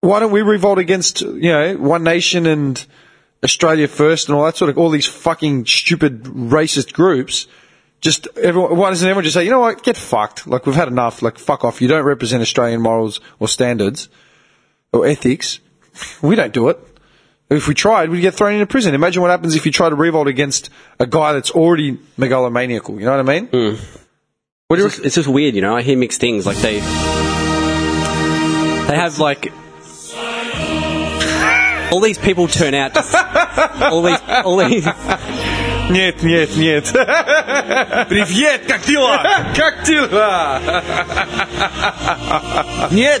why don't we revolt against you know one nation and Australia first and all that sort of all these fucking stupid racist groups? Just everyone, why doesn't everyone just say, you know what, get fucked? Like we've had enough. Like fuck off. You don't represent Australian morals or standards or ethics. We don't do it. If we tried, we'd get thrown into prison. Imagine what happens if you try to revolt against a guy that's already megalomaniacal. You know what I mean? What do you It's, it's just weird, you know. I hear mixed things. Like they, they have like all these people turn out. To, all these, all these. Нет, нет, нет. Привет, как дела? Как дела? Нет.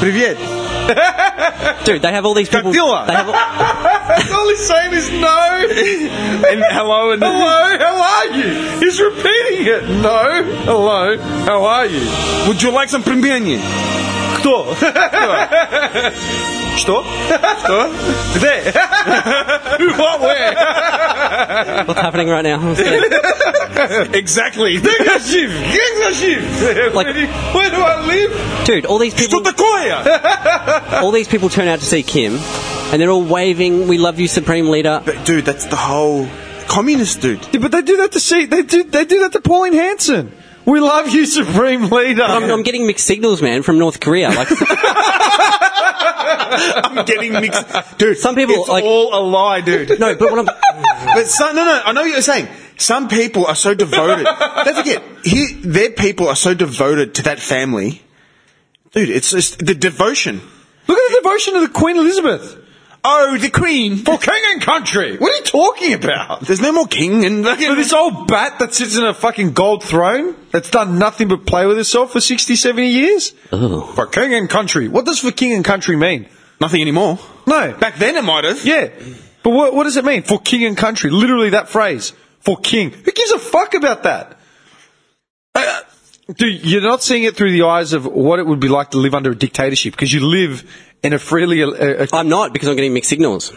Привет. Dude, they have all these people. Godzilla. They have, all- That's all he's saying is no. And hello and hello, how are you? He's repeating it. No, hello, how are you? Would you like some пельмени? Кто? Что? Что? Где? What, where? what's happening right now? Exactly. Как я жив? Как я жив? Like- Where do I live? Dude, all these people. Что такое? all these people turn out to see Kim, and they're all waving, "We love you, Supreme Leader." But, dude, that's the whole communist dude. Yeah, but they do that to see. They do. They do that to Pauline Hanson. We love you, Supreme Leader. I'm, I'm getting mixed signals, man, from North Korea. Like I'm getting mixed. Dude, Some people, it's like- all a lie, dude. no, but what I'm But some, no, no, I know what you're saying. Some people are so devoted. Don't forget, he, their people are so devoted to that family. Dude, it's just the devotion. Look at the devotion of the Queen Elizabeth Oh, the queen. for king and country. What are you talking about? There's no more king and For this old bat that sits in a fucking gold throne that's done nothing but play with herself for 60, 70 years? Ugh. For king and country. What does for king and country mean? nothing anymore. No. Back then it might have. Yeah. But what, what does it mean? For king and country. Literally that phrase. For king. Who gives a fuck about that? Uh, Dude, you're not seeing it through the eyes of what it would be like to live under a dictatorship because you live in a freely. Uh, uh, I'm not because I'm getting mixed signals.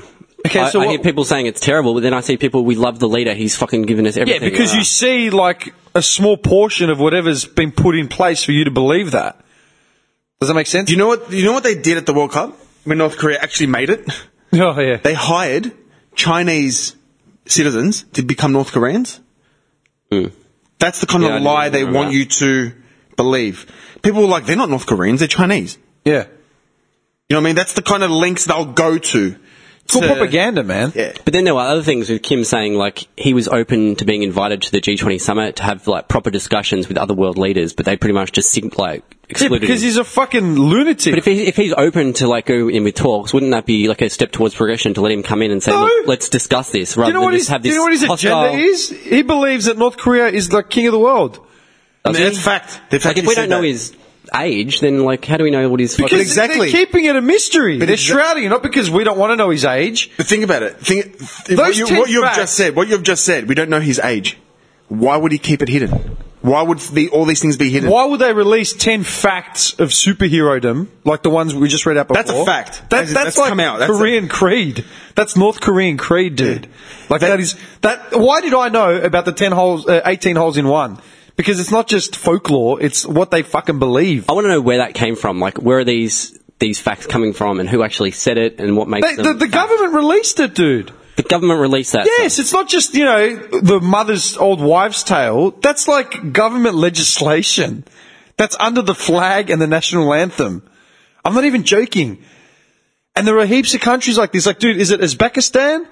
Okay, I, so I what- hear people saying it's terrible, but then I see people we love the leader. He's fucking given us yeah, everything. because Uh, you see like a small portion of whatever's been put in place for you to believe that. Does that make sense? You know what? You know what they did at the World Cup when North Korea actually made it. oh yeah. They hired Chinese citizens to become North Koreans. Mm. That's the kind Yeah, I of knew- lie I they remember want that. you to believe. People were like, they're not North Koreans, they're Chinese. yeah. You know what I mean? That's the kind of links they'll go to. It's all propaganda, man. uh, Yeah. But then there were other things with Kim saying like he was open to being invited to the G20 summit to have like proper discussions with other world leaders, but they pretty much just sig- like Yeah, excluded because him. he's a fucking lunatic. But if, he, if he's open to like go in with talks, wouldn't that be like a step towards progression to let him come in and say, No. "Look, let's discuss this," rather Do you know than what his, just have do this you know what his hostile. agenda is? He believes that North Korea is the king of the world. Does he? That's fact. They've Like if actually we said don't know that. his age, then like how do we know what his? Because fucking- exactly. they're keeping it a mystery. they're exa- shrouding it, not because we don't want to know his age. But think about it. Think, what, Those you, ten what you've facts- just said. What you've just said. We don't know his age. Why would he keep it hidden? Why would the, all these things be hidden? Why would they release 10 facts of superherodom, like the ones we just read out before? That's a fact. That- That's- that's, that's like come out. That's a- Korean Creed. That's North Korean Creed, dude. Like that is, that, why did I know about the 10 holes, uh, 18 holes in one? Because it's not just folklore, it's what they fucking believe. I want to know where that came from. Like where are these these facts coming from, and who actually said it, and what makes They, them? the, the government released it, dude. The government released that. Yes, it's not just, you know, the mother's old wives' tale. That's like government legislation. That's under the flag and the national anthem. I'm not even joking. And there are heaps of countries like this. Like, dude, is it Uzbekistan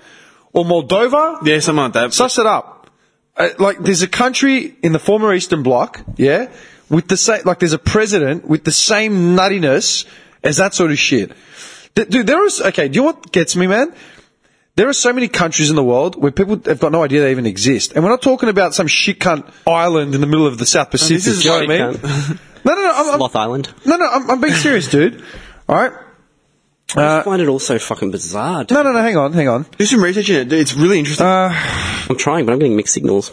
or Moldova? Yeah, something like that. Suss it up. Uh, like, there's a country in the former Eastern Bloc, yeah, with the same, like, there's a president with the same nuttiness as that sort of shit. Th- dude, there is, okay, do you know what gets me, man? There are so many countries in the world where people have got no idea they even exist. And we're not talking about some shit cunt island in the middle of the South Pacific. is you know what I shit mean? No, no, no. I'm, I'm, Sloth Island. no, no, I'm, I'm being serious, dude. All right? Uh, I find it all so fucking bizarre. dude. No, no, no, hang on, hang on. Do some research in it. dude. It's really interesting. I'm trying, but I'm getting mixed signals.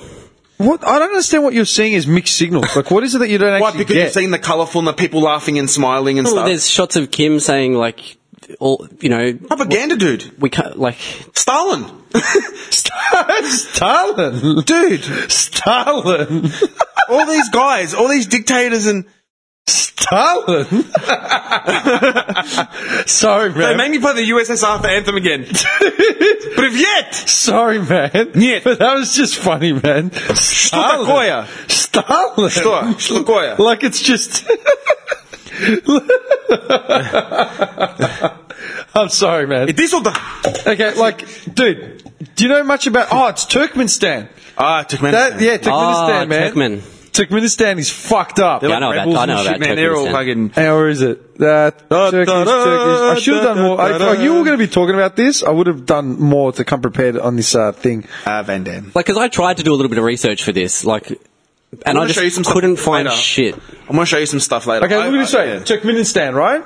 What? I don't understand what you're seeing is mixed signals. Like, what is it that you don't actually Why? Because get? you've seen the colourful and the people laughing and smiling and Well, stuff. Oh, there's shots of Kim saying like, all you know, Propaganda, dude. we can't like. Stalin. Stalin, Dude. Stalin. all these guys, all these dictators and Stalin? sorry, They man. made me play the USSR anthem again. but if yet, sorry, man. Нет. But that was just funny, man. Stalin. такое? Stalin. Что? Что такое? Like it's just. I'm sorry, man. it is all the. Okay, like, dude, do you know much about? Oh, it's Turkmenistan. Ah, Turkmenistan. That, yeah, Turkmenistan, Ah, man. Turkmen. Turkmenistan is fucked up. Yeah, I know Rebels about- I and know shit, about man. They're all Turkmenistan. fucking. Hey, or is it? Uh, Da, Turkish, da, da, Turkish. I should have done more. I, da, da, if you were da. going to be talking about this, I would have done more to come prepared on this uh, thing. Ah, Van Damme. Like, because I tried to do a little bit of research for this, like, and gonna I show you some just stuff couldn't find later. shit. I'm gonna show you some stuff later. Ah, Okay, I- look at this I- way. Turkmenistan, right?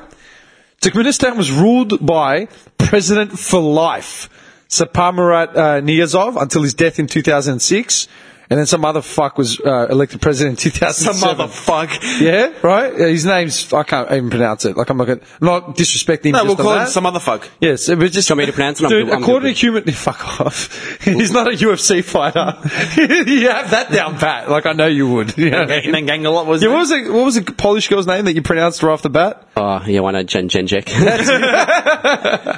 Turkmenistan was ruled by President for Life, Sapamarat uh, Niyazov, until his death in 2006. And then some other fuck was uh, elected president in 2007. Some motherfucker. Yeah, right? Yeah, his name's, I can't even pronounce it. Like, I'm not going to, not disrespecting him. No, just we'll on call him that. some other fuck. Yes, it was just. want me to pronounce it? I'm Dude, good- I'm according good. to human, fuck off. He's not a UFC fighter. you have that down pat. Like I know you would. You know what I mean? gang a lot, Yeah, wasn't what was the what was the Polish girl's name that you pronounced right off the bat? Oh, yeah, why not Jen Jenjek?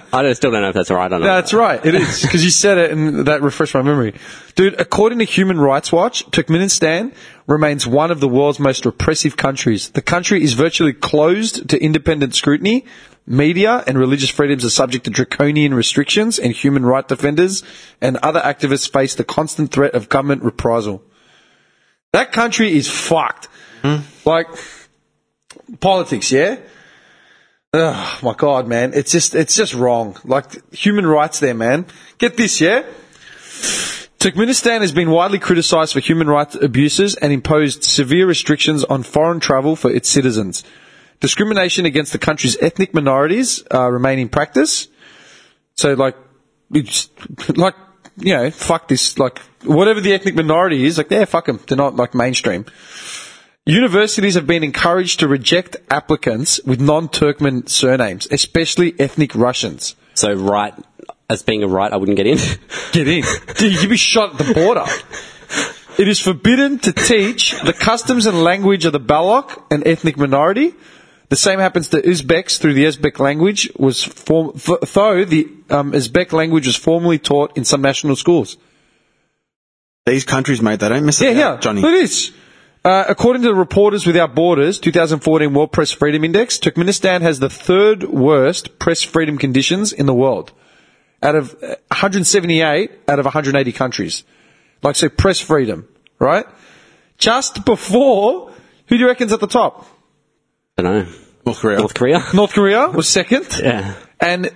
I don't, still don't know if that's alright or not. That's right. It is because you said it, and that refreshed my memory. Dude, according to Human Rights Watch, Turkmenistan remains one of the world's most repressive countries. The country is virtually closed to independent scrutiny. Media and religious freedoms are subject to draconian restrictions, and human rights defenders and other activists face the constant threat of government reprisal. That country is fucked. Like politics, yeah. Oh my god, man! It's just it's just wrong. Like human rights, there, man. Get this, yeah. Turkmenistan has been widely criticized for human rights abuses and imposed severe restrictions on foreign travel for its citizens. Discrimination against the country's ethnic minorities uh, remain in practice. So, like, it's like you know, fuck this. Like, whatever the ethnic minority is, like, yeah, fuck them. They're not like mainstream. Universities have been encouraged to reject applicants with non-Turkmen surnames, especially ethnic Russians. So, right, as being a right, I wouldn't get in. Get in. Dude, you'd be shot at the border. It is forbidden to teach the customs and language of the Balak, an ethnic minority. The same happens to Uzbeks through the Uzbek language was form- th- though the um, Uzbek language was formerly taught in some national schools. These countries, mate, they don't miss Yeah, it, yeah, Johnny. Look at this. Uh, according to the Reporters Without Borders 2014 World Press Freedom Index, Turkmenistan has the third worst press freedom conditions in the world, out of uh, 178 out of 180 countries. Like so, press freedom, right? Just before, who do you reckon's at the top? I don't know. North Korea. North Korea? North Korea was second, Yeah. and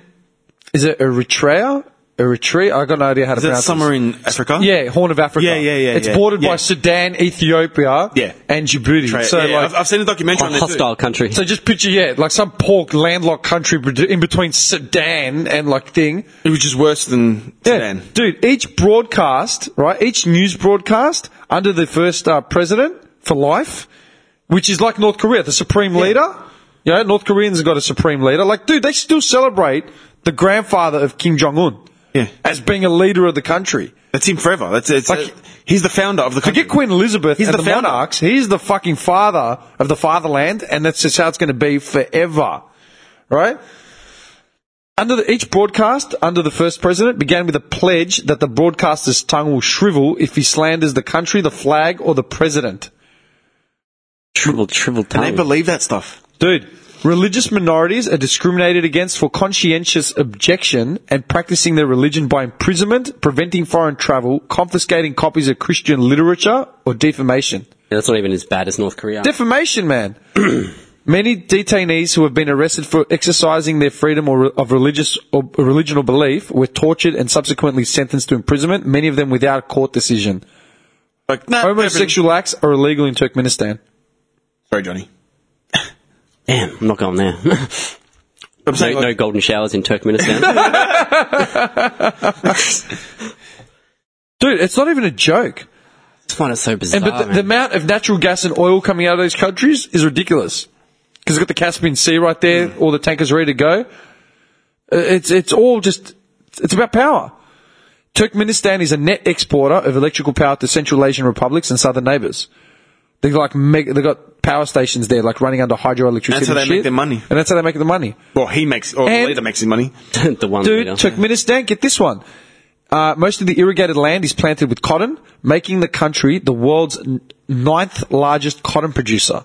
is it Eritrea? Eritrea? I got no idea how to Is it pronounce somewhere this. in Africa? Yeah, Horn of Africa. Yeah, yeah, yeah, It's yeah. bordered by Yeah. Sudan, Ethiopia, Yeah. and Djibouti. Right, So yeah, like, I've, I've seen a documentary on A this. hostile country. so just picture yeah, like some pork landlocked country bet- in between Sudan and like thing. It was just worse than Yeah, Sudan. dude. Each broadcast, right? Each news broadcast under the first uh, president for life, which is like North Korea, the supreme leader. You know, North Koreans have got a supreme leader. Like, dude, they still celebrate the grandfather of Kim Jong Un Yeah. as being a leader of the country. That's him forever. That's it's, Like- uh, he's the founder of the country. Forget Queen Elizabeth He's and the, the founder. monarchs. He's the fucking father of the fatherland, and that's just how it's going to be forever, right? Under the, each broadcast under the first president began with a pledge that the broadcaster's tongue will shrivel if he slanders the country, the flag, or the president. Triple, triple And they tongue. believe that stuff. Dude, religious minorities are discriminated against for conscientious objection and practicing their religion by imprisonment, preventing foreign travel, confiscating copies of Christian literature, or defamation. Yeah, that's not even as bad as North Korea. Defamation, man. Many detainees who have been arrested for exercising their freedom or, of religious or religion or belief were tortured and subsequently sentenced to imprisonment. Many of them without a court decision. Like, nah, Homosexual acts are illegal in Turkmenistan. Sorry, Johnny. Damn, I'm not going there. I'm saying, no, like, no golden showers in Turkmenistan. Dude, it's not even a joke. I find it so bizarre. And but the, man. the amount of natural gas and oil coming out of those countries is ridiculous. Because they've got the Caspian Sea right there, Mm. all the tankers ready to go. Uh, It's it's all just it's about power. Turkmenistan is a net exporter of electrical power to Central Asian republics and southern neighbors. They've like mega, they got power stations there, like running under hydroelectricity. That's how and they shit. make their money. And that's how they make the money. Well, he makes, or And- the leader makes his money. the one Dude, leader. Turkmenistan, get this one. Uh, most of the irrigated land is planted with cotton, making the country the world's n- ninth largest cotton producer.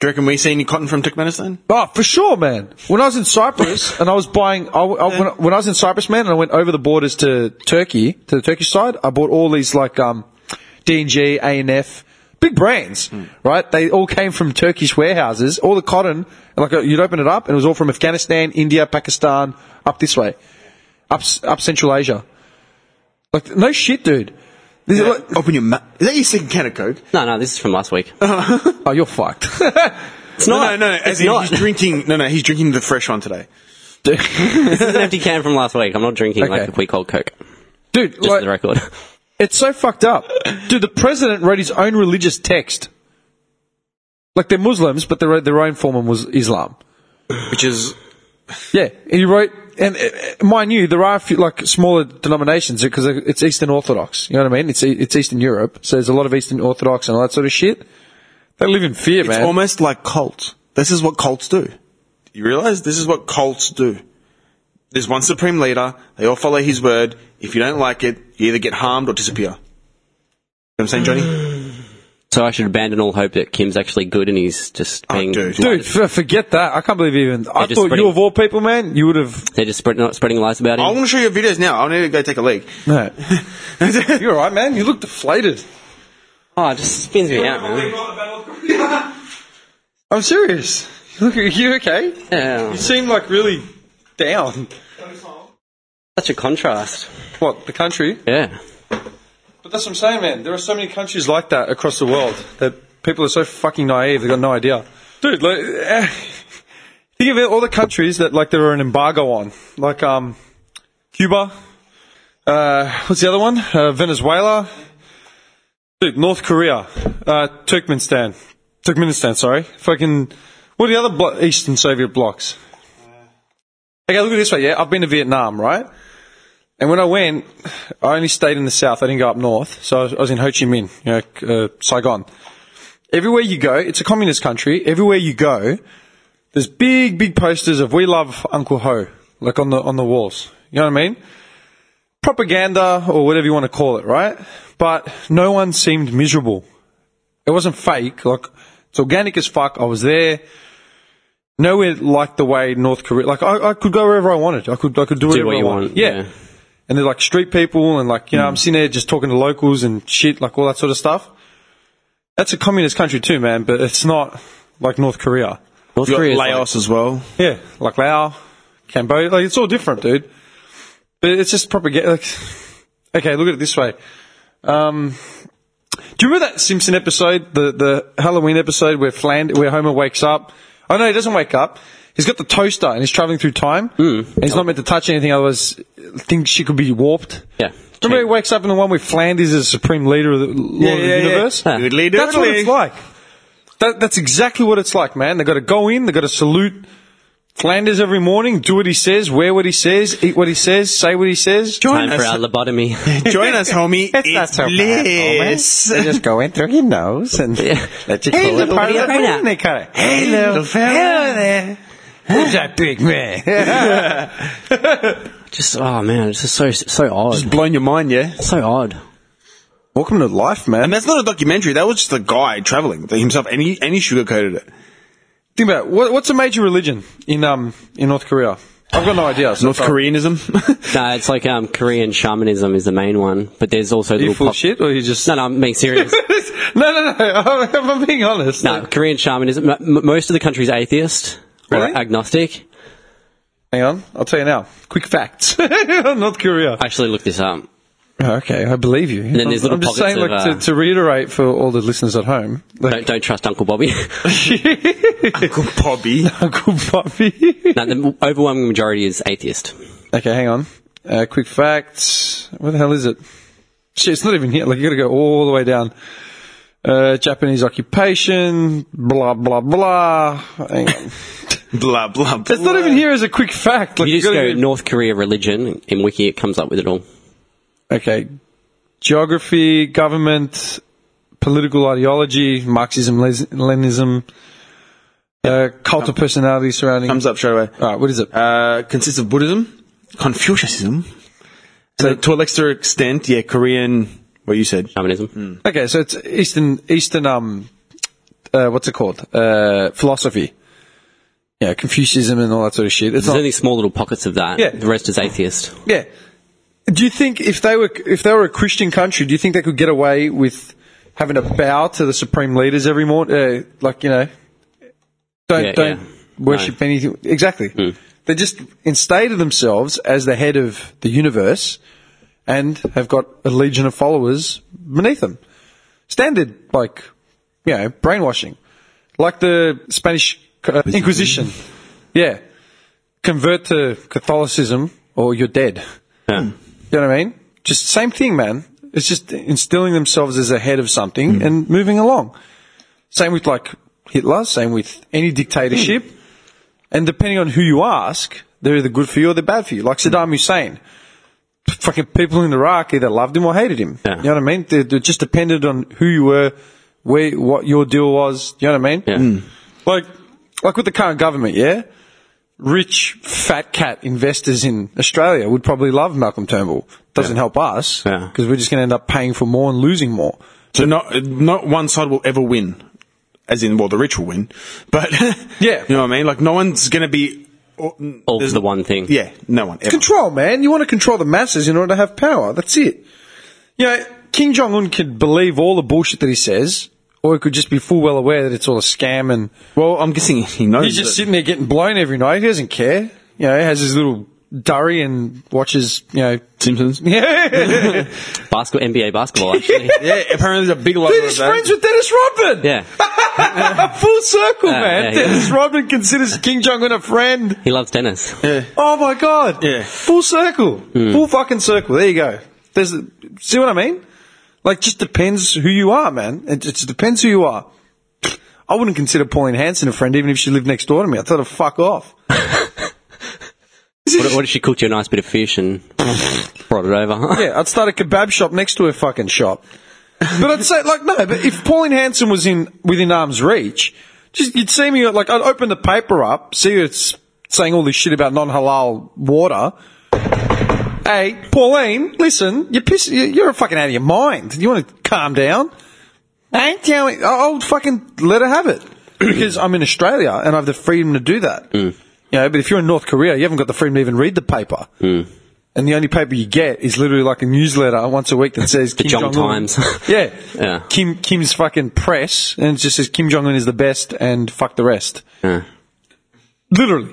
Do you reckon we see any cotton from Turkmenistan? Oh, for sure, man. When I was in Cyprus and I was buying, I, I- when, I- when I was in Cyprus, man, and I went over the borders to Turkey, to the Turkish side, I bought all these like um, D&G, A&F, big brands, Hmm. right? They all came from Turkish warehouses. All the cotton, and like uh, you'd open it up, and it was all from Afghanistan, India, Pakistan, up this way, up s- up Central Asia. Like no shit, dude. This is like- Open your mouth. Is that your second can of Coke? no, no, this is from last week. oh, you're fucked. It's not. no, no, no. It's As in, not. he's drinking, no, no, he's drinking the fresh one today. dude, this is an empty can from last week. I'm not drinking like Okay. a week old Coke. Dude, Just like- for the record. It's so fucked up. Dude, the president wrote his own religious text. Like they're Muslims, but they wrote their own form of Mus- Islam. Which is, Yeah, he wrote, and uh, uh, mind you, there are a few, like smaller denominations because it's Eastern Orthodox. You know what I mean? It's E- it's Eastern Europe, so there's a lot of Eastern Orthodox and all that sort of shit. They live in fear, it's man. almost like cults. This is what cults do. You realize this is what cults do. There's one supreme leader. They all follow his word. If you don't like it, you either get harmed or disappear. You know what I'm saying, Johnny? So I should abandon all hope that Kim's actually good and he's just being. dude. Dude, f- forget that. I can't believe even. I just thought spreading- you of all people, man, you would have. They're just spreading, not spreading lies about I him. want to show you videos now. I need to go take a leak. No. You're right, man. You look deflated. Oh, it just spins me out, man. I'm serious. Look, are you okay? Yeah. You seem like really down. Such a contrast. What, the country? Yeah. But that's what I'm saying, man. There are so many countries like that across the world that people are so fucking naive, they've got no idea. Dude, like, eh, think of it, all the countries that, like, there are an embargo on. Like, um, Cuba. Uh, what's the other one? Uh, Venezuela. Dude, North Korea. Uh, Turkmenistan. Turkmenistan, sorry. Fucking, what are the other blo- Eastern Soviet blocs? Okay, look at it this way, yeah? I've been to Vietnam, right? And when I went, I only stayed in the south. I didn't go up north. So I was, I was in Ho Chi Minh, you know, uh, Saigon. Everywhere you go, it's a communist country. Everywhere you go, there's big, big posters of "We love Uncle Ho," like on the on the walls. You know what I mean? Propaganda or whatever you want to call it, right? But no one seemed miserable. It wasn't fake. Like it's organic as fuck. I was there. Nowhere like the way North Korea. Like I, I could go wherever I wanted. I could I could do, Do whatever what I you wanted. want. yeah and they're like street people and like you know I'm sitting there just talking to locals and shit like all that sort of stuff. That's a communist country too, man, but it's not like North Korea. North You got Korea's Laos as well. Yeah, like Laos, Cambodia, like it's all different, dude. But it's just propaganda. Like, okay, look at it this way. Um, do you remember that Simpson episode, the the Halloween episode where Fland, where Homer wakes up? Oh no, he doesn't wake up. He's got the toaster and he's traveling through time. Mm. And he's not meant to touch anything, otherwise things she could be warped. Yeah. Remember he wakes up in the one where Flanders is the supreme leader of the Lord of the universe? Huh. Doodly That's what doodly. it's like. That, that's exactly what it's like, man. They got to go in. They got to salute Flanders every morning. Do what he says. Wear what he says. Eat what he says. Say what he says. Time for our lobotomy. Join us, homie. it's not so bad, bliss. just go in through your nose and Yeah. let you Hey, little buddy, right now. they cut it. Hey, little fella. Hello there. Who's that big man? just oh man, it's just so so odd. It's blown your mind, yeah? so odd. Welcome to life, man. And that's not a documentary. That was just a guy traveling himself, and he, and he sugarcoated it. Think about it. What, what's a major religion in um in North Korea? I've got no idea. so North it's like- Koreanism. No, it's like um, Korean shamanism is the main one, but there's Are also you little full pop- of shit or are you just No, no, I'm being serious. no, no, no. I'm, I'm being honest. no, Korean shamanism. m- m- Most of the country's atheist Really? or agnostic. Hang on. I'll tell you now. Quick facts. North Korea. I actually looked this up. okay, I believe you. then there's I'm, little I'm just pockets saying, like, of, to, uh, to reiterate for all the listeners at home. Like, Don't don't trust Uncle Bobby. Good Bobby. Uncle Bobby. no, the overwhelming majority is atheist. okay, hang on. Uh, quick facts. Where the hell is it? Shit, it's not even here. Like, you gotta go all the way down. Uh, Japanese occupation, blah, blah, blah. Hang on. Blah, blah, blah. It's not even here as a quick fact. Like, You just gotta go North Korea religion in Wiki, it comes up with it all. Okay. Geography, government, political ideology, Marxism, Les- Leninism, uh, cult of personality surrounding. Thumbs up straight away. All right, what is it? Uh, consists of Buddhism, Confucianism, so to a lesser extent, yeah, Korean. What you said? Shamanism. Okay, so it's Eastern Eastern um, uh, what's it called? Uh, philosophy. Yeah, Confucianism and all that sort of shit. It's There's not, only small little pockets of that. Yeah. The rest is atheist. yeah. Do you think if they were if they were a Christian country, do you think they could get away with having to bow to the supreme leaders every morning? Uh, like you know, don't Yeah, don't yeah. worship No. Hmm. anything. Exactly. They just instated themselves as the head of the universe, and have got a legion of followers beneath them. Standard like you know brainwashing, like the Spanish uh, Inquisition. Yeah, convert to Catholicism or you're dead. Yeah. You know what I mean? Just same thing, man. It's just instilling themselves as a head of something Hmm. and moving along. Same with like Hitler, same with any dictatorship. Hmm. And depending on who you ask, they're either good for you or they're bad for you. Hmm. Like Saddam Hussein. Fucking people in Iraq either loved him or hated him. Yeah. You know what I mean? They, they just depended on who you were, where, what your deal was. You know what I mean? Yeah. Like, like with the current government, yeah? Rich, fat cat investors in Australia would probably love Malcolm Turnbull. Doesn't help us Yeah. because we're just going to end up paying for more and losing more. So not not one side will ever win, as in well the rich will win, but Yeah. you know what I mean. Like no one's gonna be all All for the one thing. Yeah, no one ever. Control, man. You want to control the masses in order to have power. That's it. You know, King Jong Un could believe all the bullshit that he says, or he could just be full well aware that it's all a scam and Well, I'm guessing he knows. he's just that- sitting there getting blown every night. He doesn't care. You know, he has his little durry and watches, you know. Simpsons. Yeah. Basket, NBA basketball, actually. Yeah, apparently there's a big lot Dude, he's friends with Dennis Rodman. yeah. Full circle, man. Ah, yeah, yeah. Dennis Rodman considers King Jong Un a friend. He loves tennis. Oh my god! Yeah. full circle, Hmm. full fucking circle. There you go. There's see what I mean? Like, just depends who you are, man. It just depends who you are. I wouldn't consider Pauline Hanson a friend, even if she lived next door to me. I thought her fuck off. What, what if she cooked you a nice bit of fish and brought it over? Yeah, I'd start a kebab shop next to her fucking shop. But I'd say, like, no, but if Pauline Hanson was in within arm's reach, just you'd see me, like, I'd open the paper up, see it's saying all this shit about non halal water. Hey, Pauline, listen, you're, piss- you- you're fucking out of your mind. You want to calm down? I ain't telling. I- I'll fucking let her have it because I'm in Australia and I have the freedom to do that. Mm. You know, but if you're in North Korea, you haven't got the freedom to even read the paper. Mm. And the only paper you get is literally like a newsletter once a week that says the Kim Jong Jong-un. Times. yeah. Yeah. Kim Kim's fucking press, and it just says Kim Jong Un is the best, and fuck the rest. Yeah. Literally.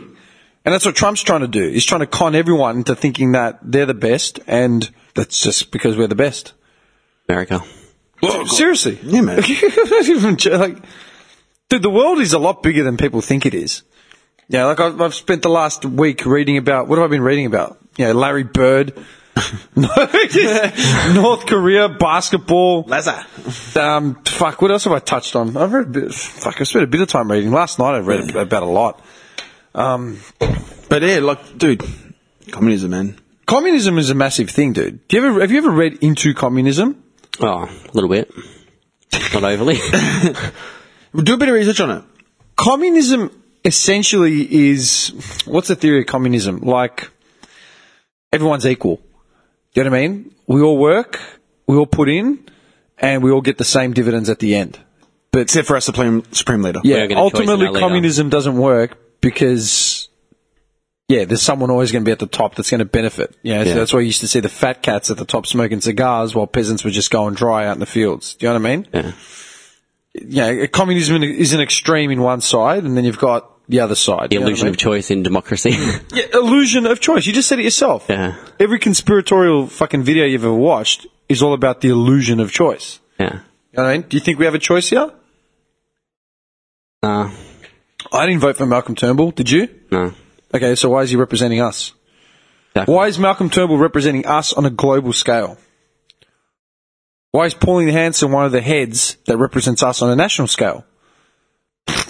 And that's what Trump's trying to do. He's trying to con everyone into thinking that they're the best, and that's just because we're the best. America. Seriously. Yeah, man. Not even jo- like, dude, the world is a lot bigger than people think it is. Yeah, like I've, I've spent the last week reading about what have I been reading about? Yeah, Larry Bird, North Korea basketball. Lazar. Um, fuck, what else have I touched on? I've read a bit. Fuck, I spent a bit of time reading. Last night I read about a lot. But yeah, like, dude, communism, man. Communism is a massive thing, dude. Do you ever have you ever read into communism? Oh, a little bit. Not overly. Do a bit of research on it. communism essentially is what's the theory of communism? Like everyone's equal. Do you know what I mean? We all work, we all put in, and we all get the same dividends at the end. But Except for our supreme supreme leader. yeah, gonna choose ultimately our um, leader. communism doesn't work because yeah, there's someone always going to be at the top that's going to benefit. Yeah, so Yeah. that's why you used to see the fat cats at the top smoking cigars while peasants were just going dry out in the fields. Do you know what I mean? Yeah. yeah, communism is an extreme in one side, and then you've got the other side. The illusion of choice in democracy. choice. Yeah, illusion of choice. You just said it yourself. Yeah. Every conspiratorial fucking video you've ever watched is all about the illusion of choice. yeah. You know what I mean? Do you think we have a choice here? Nah. I didn't vote for Malcolm Turnbull. Did you? No. Okay, so why is he representing us? Exactly. Why is Malcolm Turnbull representing us on a global scale? Why is Pauline Hanson one of the heads that represents us on a national scale?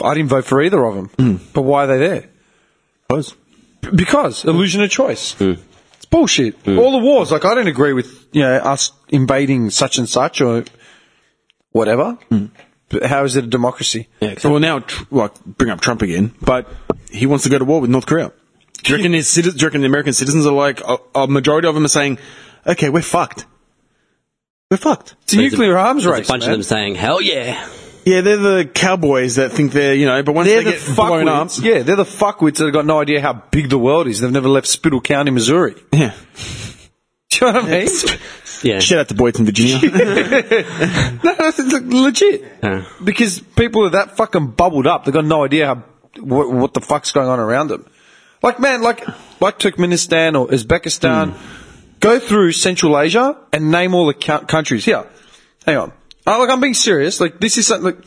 I didn't vote for either of them, Hmm. but why are they there? Because. Because illusion of choice. It's bullshit. All the wars, like I don't agree with you know us invading such and such or whatever. But how is it a democracy? So well, now, tr- like, bring up Trump again, but he wants to go to war with North Korea. Do you reckon, his, citi- do you reckon the American citizens are like, a, a majority of them are saying, okay, we're fucked. We're fucked. It's a nuclear arms There's race. a bunch man. of them saying, hell yeah. Yeah, they're the cowboys that think they're, you know, but once They're they the get blown up. fuckwits. Yeah, they're the fuckwits that have got no idea how big the world is. They've never left Spittle County, Missouri. Yeah. Do you know what I mean? Yeah. Shout out to Boyd from Virginia. no, that's it's legit. Yeah. Because people are that fucking bubbled up. They've got no idea how what, what the fuck's going on around them. Like, man, like like Turkmenistan or Uzbekistan, Hmm. go through Central Asia and name all the cou- countries. Here, hang on. Oh, look, I'm being serious. Like, this is something. Like,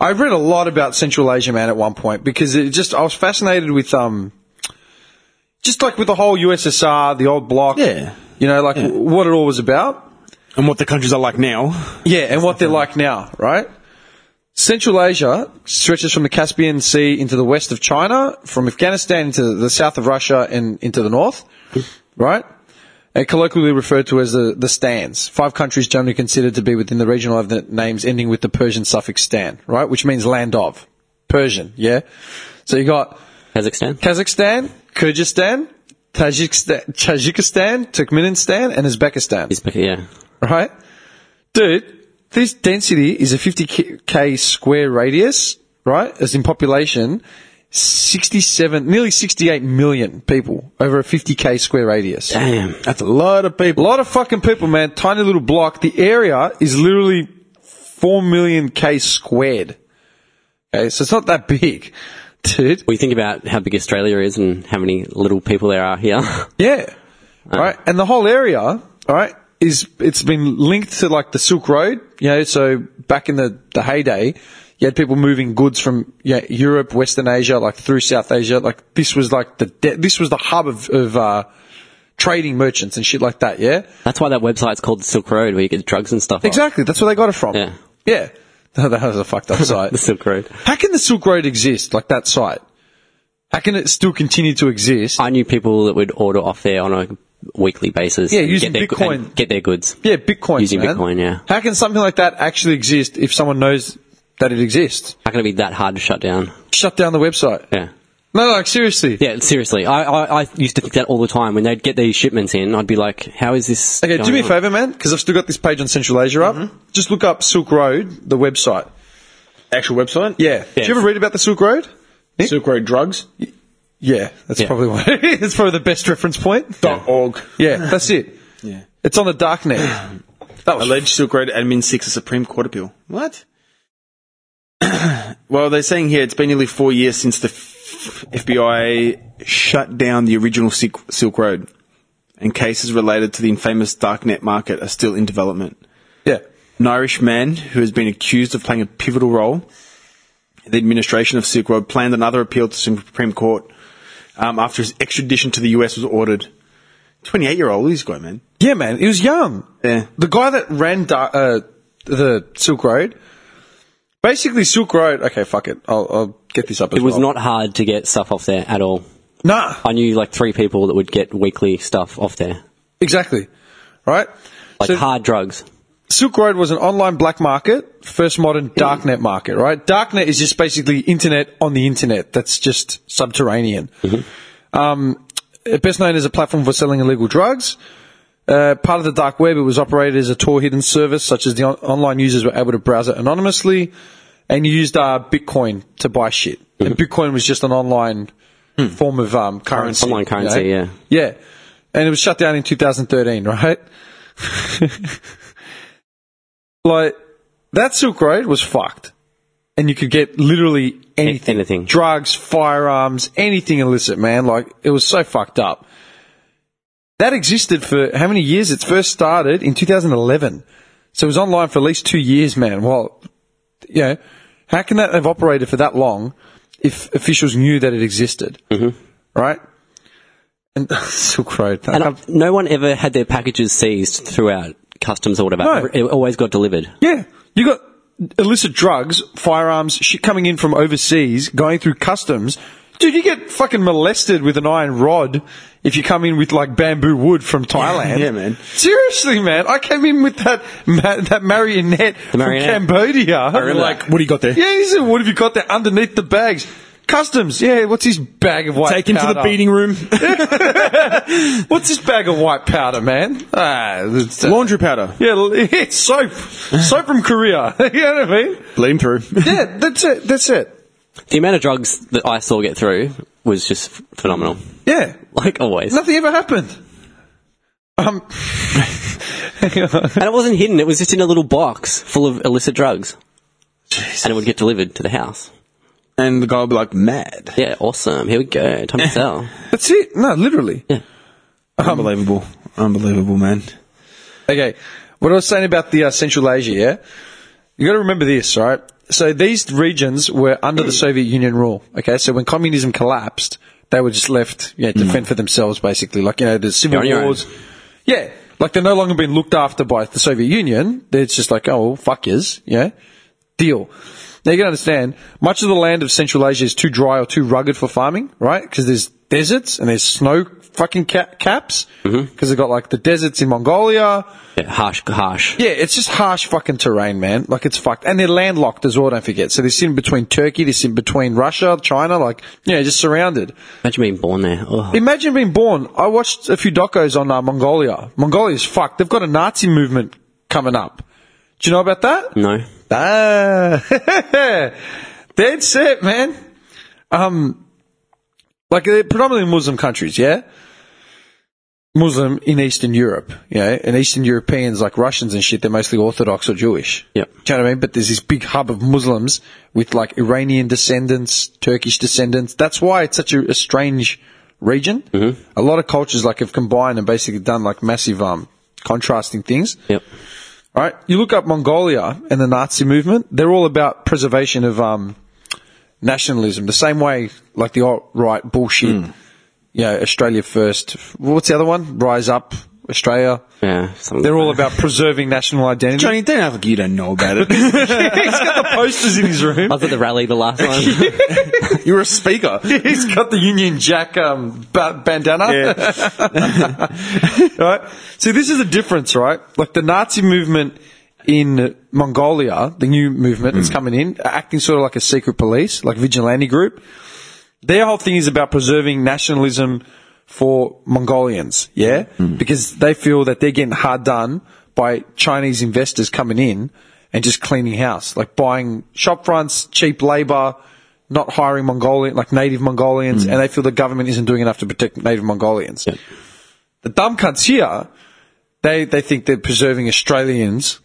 I read a lot about Central Asia, man, at one point because it just I was fascinated with um, just like with the whole USSR, the old bloc. Yeah. You know, like w- what it all was about. and what the countries are like now. Yeah, and what they're like now, right? Central Asia stretches from the Caspian Sea into the west of China, from Afghanistan into the south of Russia and into the north, right? And colloquially referred to as the, the stands. Five countries generally considered to be within the regional of the names ending with the Persian suffix stan, right? Which means land of. Persian, yeah? So you got Kazakhstan. Kazakhstan, Kyrgyzstan, Tajikistan, Tajikistan, Turkmenistan, and Uzbekistan Uzbek- Yeah. right? Dude, this density is a 50k square radius, right? As in population, 67, nearly 68 million people over a 50k square radius. Damn. That's a lot of A people. lot of fucking people, man. Tiny little block. The area is literally 4 million k squared. Okay, so it's not that big, dude. We think about how big Australia is and how many little people there are here. Yeah. right. And the whole area, all right, is it's been linked to like the Silk Road, you know, so back in the, the heyday, you had people moving goods from yeah, Europe, Western Asia, like through South Asia. Like this was like the de- this was the hub of, of uh, trading merchants and shit like that, yeah? That's why that website's called the Silk Road, where you get drugs and stuff. off. Exactly. That's where they got it from. Yeah. Yeah. that was a fucked up site. The Silk Road. How can the Silk Road exist, like that site? How can it still continue to exist? I knew people that would order off there on a weekly basis. Yeah, and using get their, Bitcoin. and get their goods. Yeah, Bitcoin. Using man. Bitcoin, yeah. How can something like that actually exist if someone knows that it exists? How can it be that hard to shut down? Shut down the website. Yeah. No, like seriously. Yeah, seriously. I, I, I used to think that all the time. When they'd get these shipments in, I'd be like, how is this? Okay, do going me a on? Mm-hmm. favor, man, because I've still got this page on Central Asia up. Just look up Silk Road, the website. Actual website? Yeah. Did you ever read about the Silk Road? Silk Road Drugs. Yeah, that's Yeah. probably one. it's probably the best reference point. Dot org. Yeah, that's it. Yeah. It's on the dark net. That was Alleged Silk Road admin seeks a Supreme Court appeal. What? well, they're saying here it's been nearly four years since the f- FBI shut down the original Silk Silk Road, and cases related to the infamous darknet market are still in development. yeah. An Irish man who has been accused of playing a pivotal role in the administration of Silk Road planned another appeal to Supreme Court um, after his extradition to the US was ordered. 28 year old, this guy, man. Yeah, man, he was young. Yeah. The guy that ran da- uh, the Silk Road, basically Silk Road. Okay, fuck it, I'll, I'll get this up. As It was well. not hard to get stuff off there at all. Nah, I knew like three people that would get weekly stuff off there, exactly. Right. like So- hard drugs. Silk Road was an online black market, first modern darknet market, right? Darknet is just basically internet on the internet that's just subterranean. Mm-hmm. Um, best known as a platform for selling illegal drugs. Uh, part of the dark web, it was operated as a Tor hidden service, such as the on- online users were able to browse it anonymously, and you used uh, Bitcoin to buy shit. Hmm. And Bitcoin was just an online form of um, currency. Online Hmm. currency, you know? yeah. Yeah. And it was shut down in 2013, right? like, that Silk Road was fucked. And you could get literally anything. anything. Drugs, firearms, anything illicit, man. Like, it was so fucked up. That existed for how many years? It first started in 2011. So it was online for at least two years, man. Well, you know, how can that have operated for that long if officials knew that it existed? Mm-hmm. Right? And Silk Road. I And can't- I- no one ever had their packages seized throughout customs or whatever. No. It always got delivered. Yeah. You got illicit drugs, firearms, shit coming in from overseas, going through customs Dude, you get fucking molested with an iron rod if you come in with like bamboo wood from Thailand. Yeah, man. Seriously, man. I came in with that ma- that marionette, marionette. from Cambodia. remember like, that. What do you got there? yeah, he said, what have you got there underneath the bags? Customs. Yeah, what's his bag of white Take him to the powder? beating room. What's this bag of white powder, man? Ah, it's, uh, Laundry powder. yeah, l- it's soap. soap from Korea. you know what I mean? Bleed him through. Yeah, that's it. That's it. The amount of drugs that I saw get through was just ph- phenomenal. Yeah. Like always. Nothing ever happened. Um, And it wasn't hidden, it was just in a little box full of illicit drugs. And it would get delivered to the house. And the guy would be like, mad. Yeah, awesome. Here we go. Time to sell. that's it. No, literally. Um, Unbelievable. Unbelievable, man. Okay, what I was saying about the uh, Central Asia, yeah, you got to remember this, right? So these regions were under the Soviet Union rule. Okay, so when communism collapsed, they were just left, yeah, to fend for themselves, basically. Like you know, the civil You're on Mm-hmm. your own. wars. Yeah, like they're no longer being looked after by the Soviet Union. It's just like, oh, well, fuck is, yeah, deal. Now you can understand, much of the land of Central Asia is too dry or too rugged for farming, right? Because there's deserts and there's snow fucking ca- caps. Mm-hmm. Because they've got like the deserts in Mongolia. Yeah, harsh, harsh. Yeah, it's just harsh fucking terrain, man. Like it's fucked, and they're landlocked as well. Don't forget. So they're sitting between Turkey, they're sitting between Russia, China. Like yeah, just surrounded. Imagine being born there. Oh. Imagine being born. I watched a few docos on uh, Mongolia. Mongolia's fucked. They've got a Nazi movement coming up. Do you know about that? No. Ah, that's it, man. Um, like they're predominantly Muslim countries, yeah. Muslim in Eastern Europe, yeah, and Eastern Europeans like Russians and shit, they're mostly Orthodox or Jewish. Yep. Do you know what I mean? But there's this big hub of Muslims with like Iranian descendants, Turkish descendants. That's why it's such a, a strange region. Mm-hmm. A lot of cultures like have combined and basically done like massive um contrasting things. Yep. All right, you look up Mongolia and the Nazi movement; they're all about preservation of um, nationalism, the same way like the alt right bullshit. You know, Australia first. What's the other one? Rise up, Australia. Yeah. something They're like all that. about preserving national identity. Johnny, don't act like you don't know about it. He's got the posters in his room. I was at the rally the last one. you were a speaker. He's got the Union Jack um, ba- bandana. right? See, this is the difference, right? Like the Nazi movement in Mongolia, the new movement that's coming in, acting sort of like a secret police, like vigilante group. Their whole thing is about preserving nationalism for Mongolians, yeah? Because they feel that they're getting hard done by Chinese investors coming in and just cleaning house, like buying shop fronts, cheap labor, not hiring Mongolian, like native Mongolians, and they feel the government isn't doing enough to protect native Mongolians the dumb cunts here, they they think they're preserving Australians,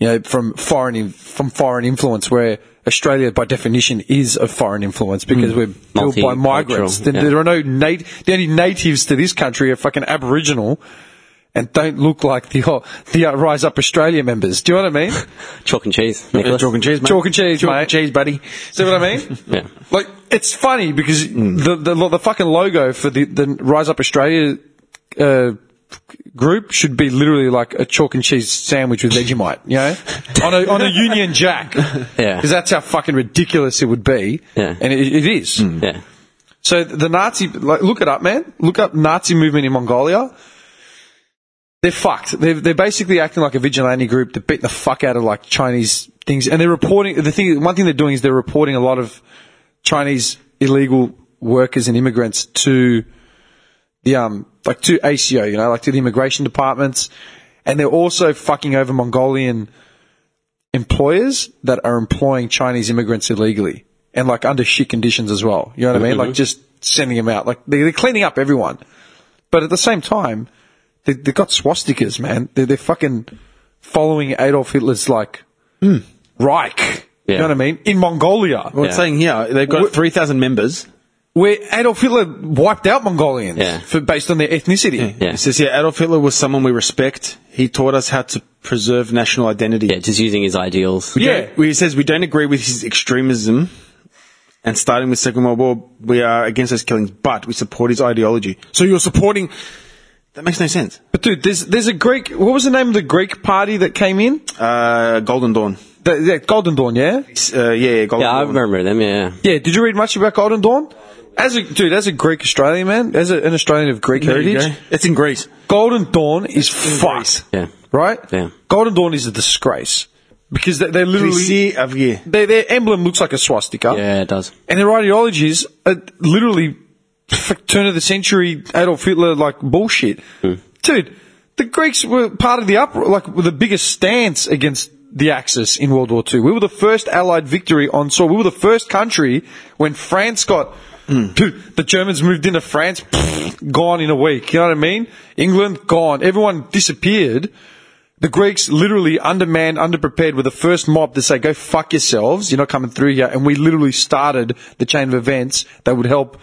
you know, from foreign in, from foreign influence. Where Australia, by definition, is a foreign influence because Hmm. we're built by Multicultural, migrants. There, yeah. there are no nat- the only natives to this country are fucking Aboriginal. And don't look like the uh, the uh, Rise Up Australia members. Do you know what I mean? Chalk and cheese. Nicholas. Chalk and cheese, mate. Chalk and cheese, Chalk mate. and cheese, buddy. See what I mean? Yeah. Like it's funny because Hmm. the, the the fucking logo for the the Rise Up Australia uh, group should be literally like a chalk and cheese sandwich with Vegemite, you know, on a on a Union Jack. Yeah. because that's how fucking ridiculous it would be. Yeah. Hmm. and it, it is. Yeah. So the Nazi, like, look it up, man. Look up Nazi movement in Mongolia. They're fucked. They're, they're basically acting like a vigilante group that beat the fuck out of like Chinese things. And they're reporting, the thing, one thing they're doing is they're reporting a lot of Chinese illegal workers and immigrants to the, um, like to ACO, you know, like to the immigration departments. And they're also fucking over Mongolian employers that are employing Chinese immigrants illegally and like under shit conditions as well. You know what I mean? Like just sending them out. Like they- they're cleaning up everyone. But at the same time, they, they've got swastikas, man. They're, they're fucking following Adolf Hitler's like Reich. You Yeah. know what I mean? In Mongolia, Well, it's Yeah. saying here, they've got 3,000 members. where Adolf Hitler wiped out Mongolians Yeah. for, based on their ethnicity. Yeah. It says here, Adolf Hitler was someone we respect. He taught us how to preserve national identity. Yeah, just using his ideals. Yeah. Yeah, he says we don't agree with his extremism, and starting with Second World War, we are against those killings, but we support his ideology. So you're supporting. That makes no sense. But dude, there's there's a Greek. What was the name of the Greek party that came in? Uh, Golden Dawn. The, the Golden Dawn, yeah. Uh, yeah, yeah, Golden Yeah, I Dawn. remember them, yeah. Yeah, did you read much about Golden Dawn? As a dude, as a Greek Australian man, as a, an Australian of Greek There you heritage, go. It's in Greece. Golden Dawn is fucked. Yeah. Right? Yeah. Golden Dawn is a disgrace. Because they, they literally, Greece of year. their, their emblem looks like a swastika. Yeah, it does. And their ideologies are literally f- turn of the century Adolf Hitler like bullshit. Dude, the Greeks were part of the up like were the biggest stance against the Axis in World War II. We were the first Allied victory on soil. We were the first country when France got. Dude, the Germans moved into France, pfft, gone in a week. You know what I mean? England gone. Everyone disappeared. The Greeks literally undermanned, underprepared were the first mob to say, go fuck yourselves, you're not coming through here. And we literally started the chain of events that would help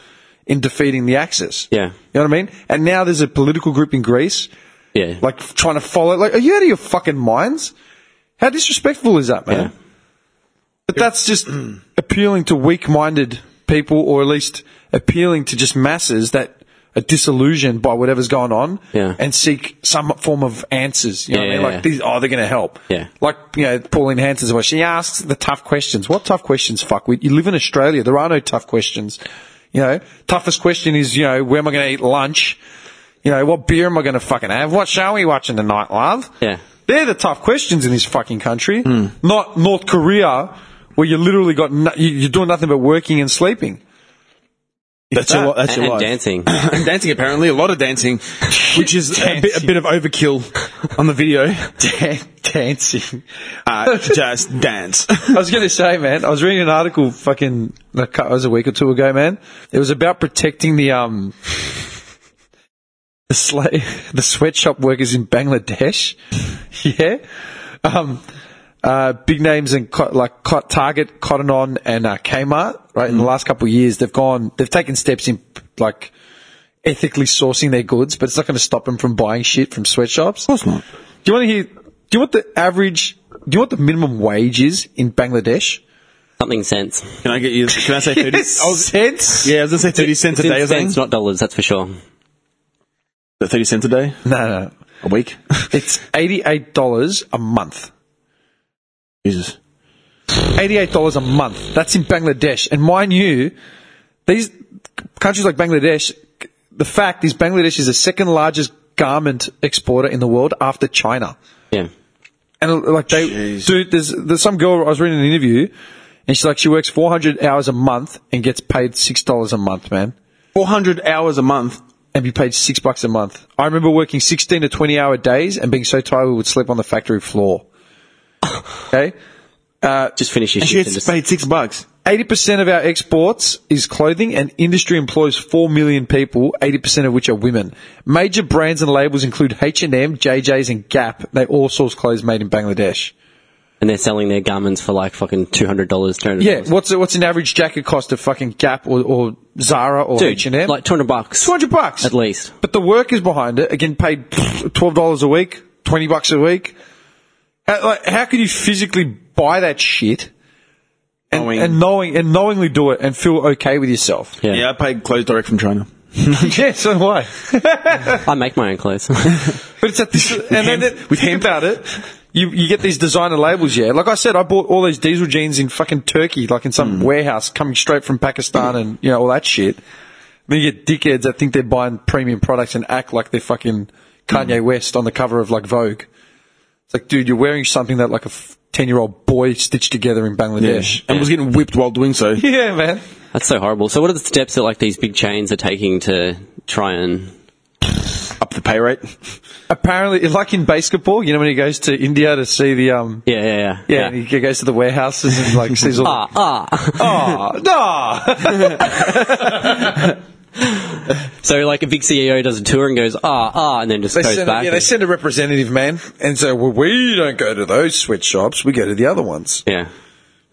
in defeating the Axis. Yeah. You know what I mean? And now there's a political group in Greece, Yeah. like trying to follow, like, are you out of your fucking minds? How disrespectful is that, man? Yeah. But that's just appealing to weak-minded people, or at least appealing to just masses that are disillusioned by whatever's going on, Yeah. and seek some form of answers. You know Yeah, what I mean? yeah, Like these, oh, they're going to help. Yeah. Like you know, Pauline Hanson's where she asks the tough questions. What tough questions? Fuck, we, you live in Australia. There are no tough questions. You know, toughest question is you know, where am I going to eat lunch? You know, what beer am I going to fucking have? What show are we watching tonight, love? Yeah. Hmm. They're the tough questions in this fucking country, not North Korea, where you literally got no, you, you're doing nothing but working and sleeping. That's your, li- that's and, your and life. dancing. And dancing, apparently. A lot of dancing, which is a bit, a bit of overkill on the video. dancing. Uh, just dance. I was going to say, man, I was reading an article fucking, a cou- it was a week or two ago, man. It was about protecting the, um, the slave, the sweatshop workers in Bangladesh. yeah. Um, uh, big names in co- like co- Target, Cotton On and uh, Kmart, right? In the last couple of years, they've gone, they've taken steps in like ethically sourcing their goods, but it's not going to stop them from buying shit from sweatshops. course not. Do you want to hear? Do you want the average? Do you want the minimum wage is in Bangladesh? Something cents. Can I get you? Can I say 30? I was- cents. yeah, I was going to say 30 cents a It's in day or cents, something. not dollars, that's for sure. But 30 cents a day? No, no, A week? it's eighty-eight dollars a month. Jesus. Eighty-eight dollars a month. That's in Bangladesh, and mind you, these countries like Bangladesh. The fact is, Bangladesh is the second largest garment exporter in the world after China. Yeah. And uh, like they, Jeez. dude, there's there's some girl I was reading an interview, and she's like she works 400 hours a month and gets paid six dollars a month, man, 400 hours a month. and be paid six bucks a month. I remember working 16 to 20 hour days and being so tired we would sleep on the factory floor. Okay, Just finish your And she shift. gets and just- paid six bucks. 80 percent of our exports is clothing, and industry employs four million people, 80 percent of which are women. Major brands and labels include H and M, JJ's, and Gap. They all source clothes made in Bangladesh. and they're selling their garments for like fucking $200, $300. Yeah, what's what's an average jacket cost of fucking Gap or, or Zara or H and M? Dude, like 200 bucks. two hundred bucks At least. But the workers behind it are getting paid pff, twelve dollars a week, twenty bucks a week. How, like, how could you physically buy that shit and Knowing- and knowing and knowingly do it and feel okay with yourself? Yeah. Yeah, I paid clothes direct from China. yeah, so why? I make my own clothes. But it's at this, and then hemp- it, with think about it, you you get these designer labels. Yeah, like I said, I bought all these diesel jeans in fucking Turkey, like in some warehouse coming straight from Pakistan, and you know all that shit. Then you get dickheads that think they're buying premium products and act like they're fucking Kanye West on the cover of like Vogue. It's like, dude, you're wearing something that like a ten year old boy stitched together in Bangladesh. And was getting whipped while doing so. Yeah, man. That's so horrible. So what are the steps that like these big chains are taking to try and Up the pay rate. Apparently, like in basketball, you know when he goes to India to see the um. yeah yeah Yeah, and he goes to the warehouses and like sees all the ah ah Oh, no. so like a big CEO does a tour and goes ah ah and then just They goes send, back yeah, they and- send a representative, man, and say, well, we don't go to those sweatshops. We go to the other ones. yeah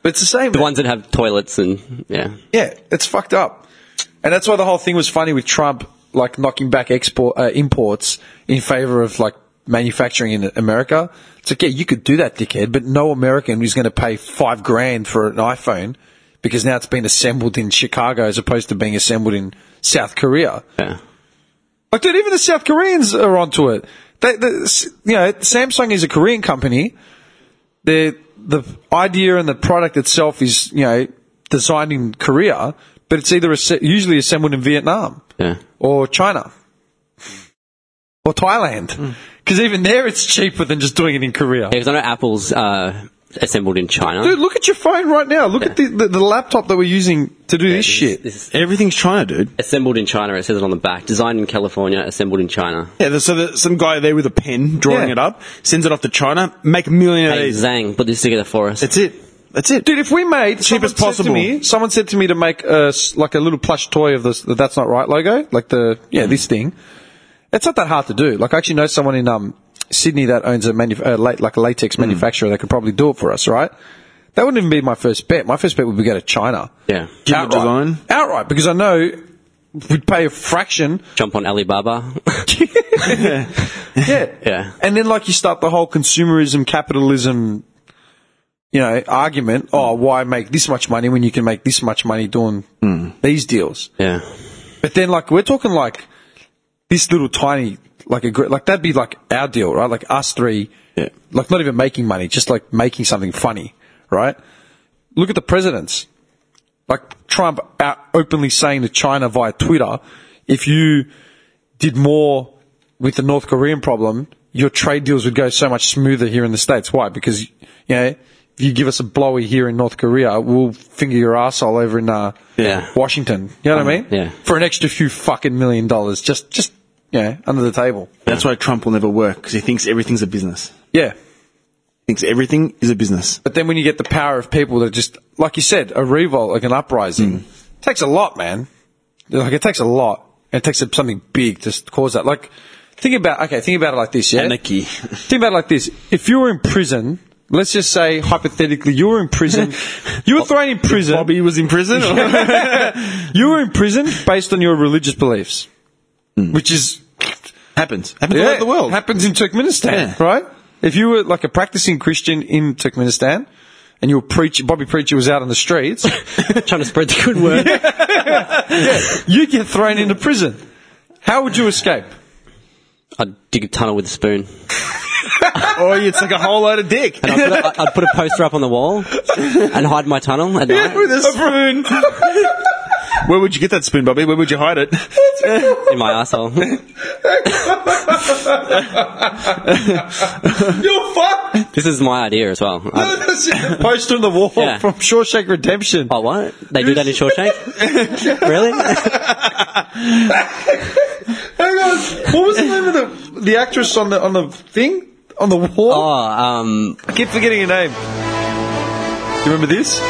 But it's the same. the ones that have toilets and yeah Yeah, it's fucked up. And that's why the whole thing was funny with Trump, like knocking back export uh, imports in favor of like manufacturing in America. It's like, yeah, you could do that, dickhead, but no American is going to pay five grand for an iPhone because now it's been assembled in Chicago as opposed to being assembled in South Korea. yeah Like, dude, even the South Koreans are onto it. They, the, you know, Samsung is a Korean company. The the idea and the product itself is you know designed in Korea, but it's either asse- usually assembled in Vietnam Yeah. or China or Thailand. Because even there, it's cheaper than just doing it in Korea. Because I know Apple's uh, assembled in China. Dude, look at your phone right now. Look at the, the, the laptop that we're using to do this shit. This is Everything's China, dude. assembled in China. It says it on the back. Designed in California. Assembled in China. Yeah, there's- so there's some guy there with a pen drawing Yeah. it up, sends it off to China, make a million of Hey, these. Zhang, put this together for us. That's it. That's it. Dude, if we made cheap as possible. me, someone said to me to make a, s- like a little plush toy of this. the That's not right logo, like the yeah this thing. It's not that hard to do. Like I actually know someone in um Sydney that owns a manu- uh, la- like a latex manufacturer that could probably do it for us, right? That wouldn't even be my first bet. My first bet would be go to China. Yeah. Give them a design. Outright, because I know we'd pay a fraction. Jump on Alibaba. Yeah. Yeah. And then, like, you start the whole consumerism, capitalism, you know, argument. Oh, why make this much money when you can make this much money doing these deals? yeah. But then, like, we're talking like this little tiny, like a gr- like that'd be like our deal, right? Like us three, Yeah. like not even making money, just like making something funny, right? Look at the presidents, like Trump out openly saying to China via Twitter, if you did more with the North Korean problem, your trade deals would go so much smoother here in the states. Why? Because you know. If you give us a blowy here in North Korea, we'll finger your asshole over in uh, Yeah. Washington. You know what I mean? Yeah. For an extra few fucking million dollars, just just yeah, under the table. That's why Trump will never work, because he thinks everything's a business. Yeah. He thinks everything is a business. But then when you get the power of people that just like you said, a revolt, like an uprising, it takes a lot, man. Like it takes a lot. It takes something big to s- cause that. Like think about okay, think about it like this, yeah. Anarchy. Think about it like this. If you were in prison, let's just say hypothetically you were in prison you were thrown in prison Bobby was in prison? you were in prison based on your religious beliefs. Which is happens. Happens all over the world. Happens in Turkmenistan, Yeah. right? If you were like a practicing Christian in Turkmenistan and you were preach Bobby Preacher was out on the streets, Trying to spread the good word. you get thrown into prison. How would you escape? I'd dig a tunnel with a spoon. or Oh, it's like a whole load of dick. And I'd put, a, I'd put a poster up on the wall and hide my tunnel at night a spoon. Where would you get that spoon, Bobby? Where would you hide it? in my asshole. You're fucked. This is my idea as well. I- Poster on the wall Yeah. from Shawshank Redemption. oh, what? They do that in Shawshank? really? Hang on. What was the name of the, the actress on the on the thing on the wall? Oh, um, I keep forgetting her name. Do you remember this?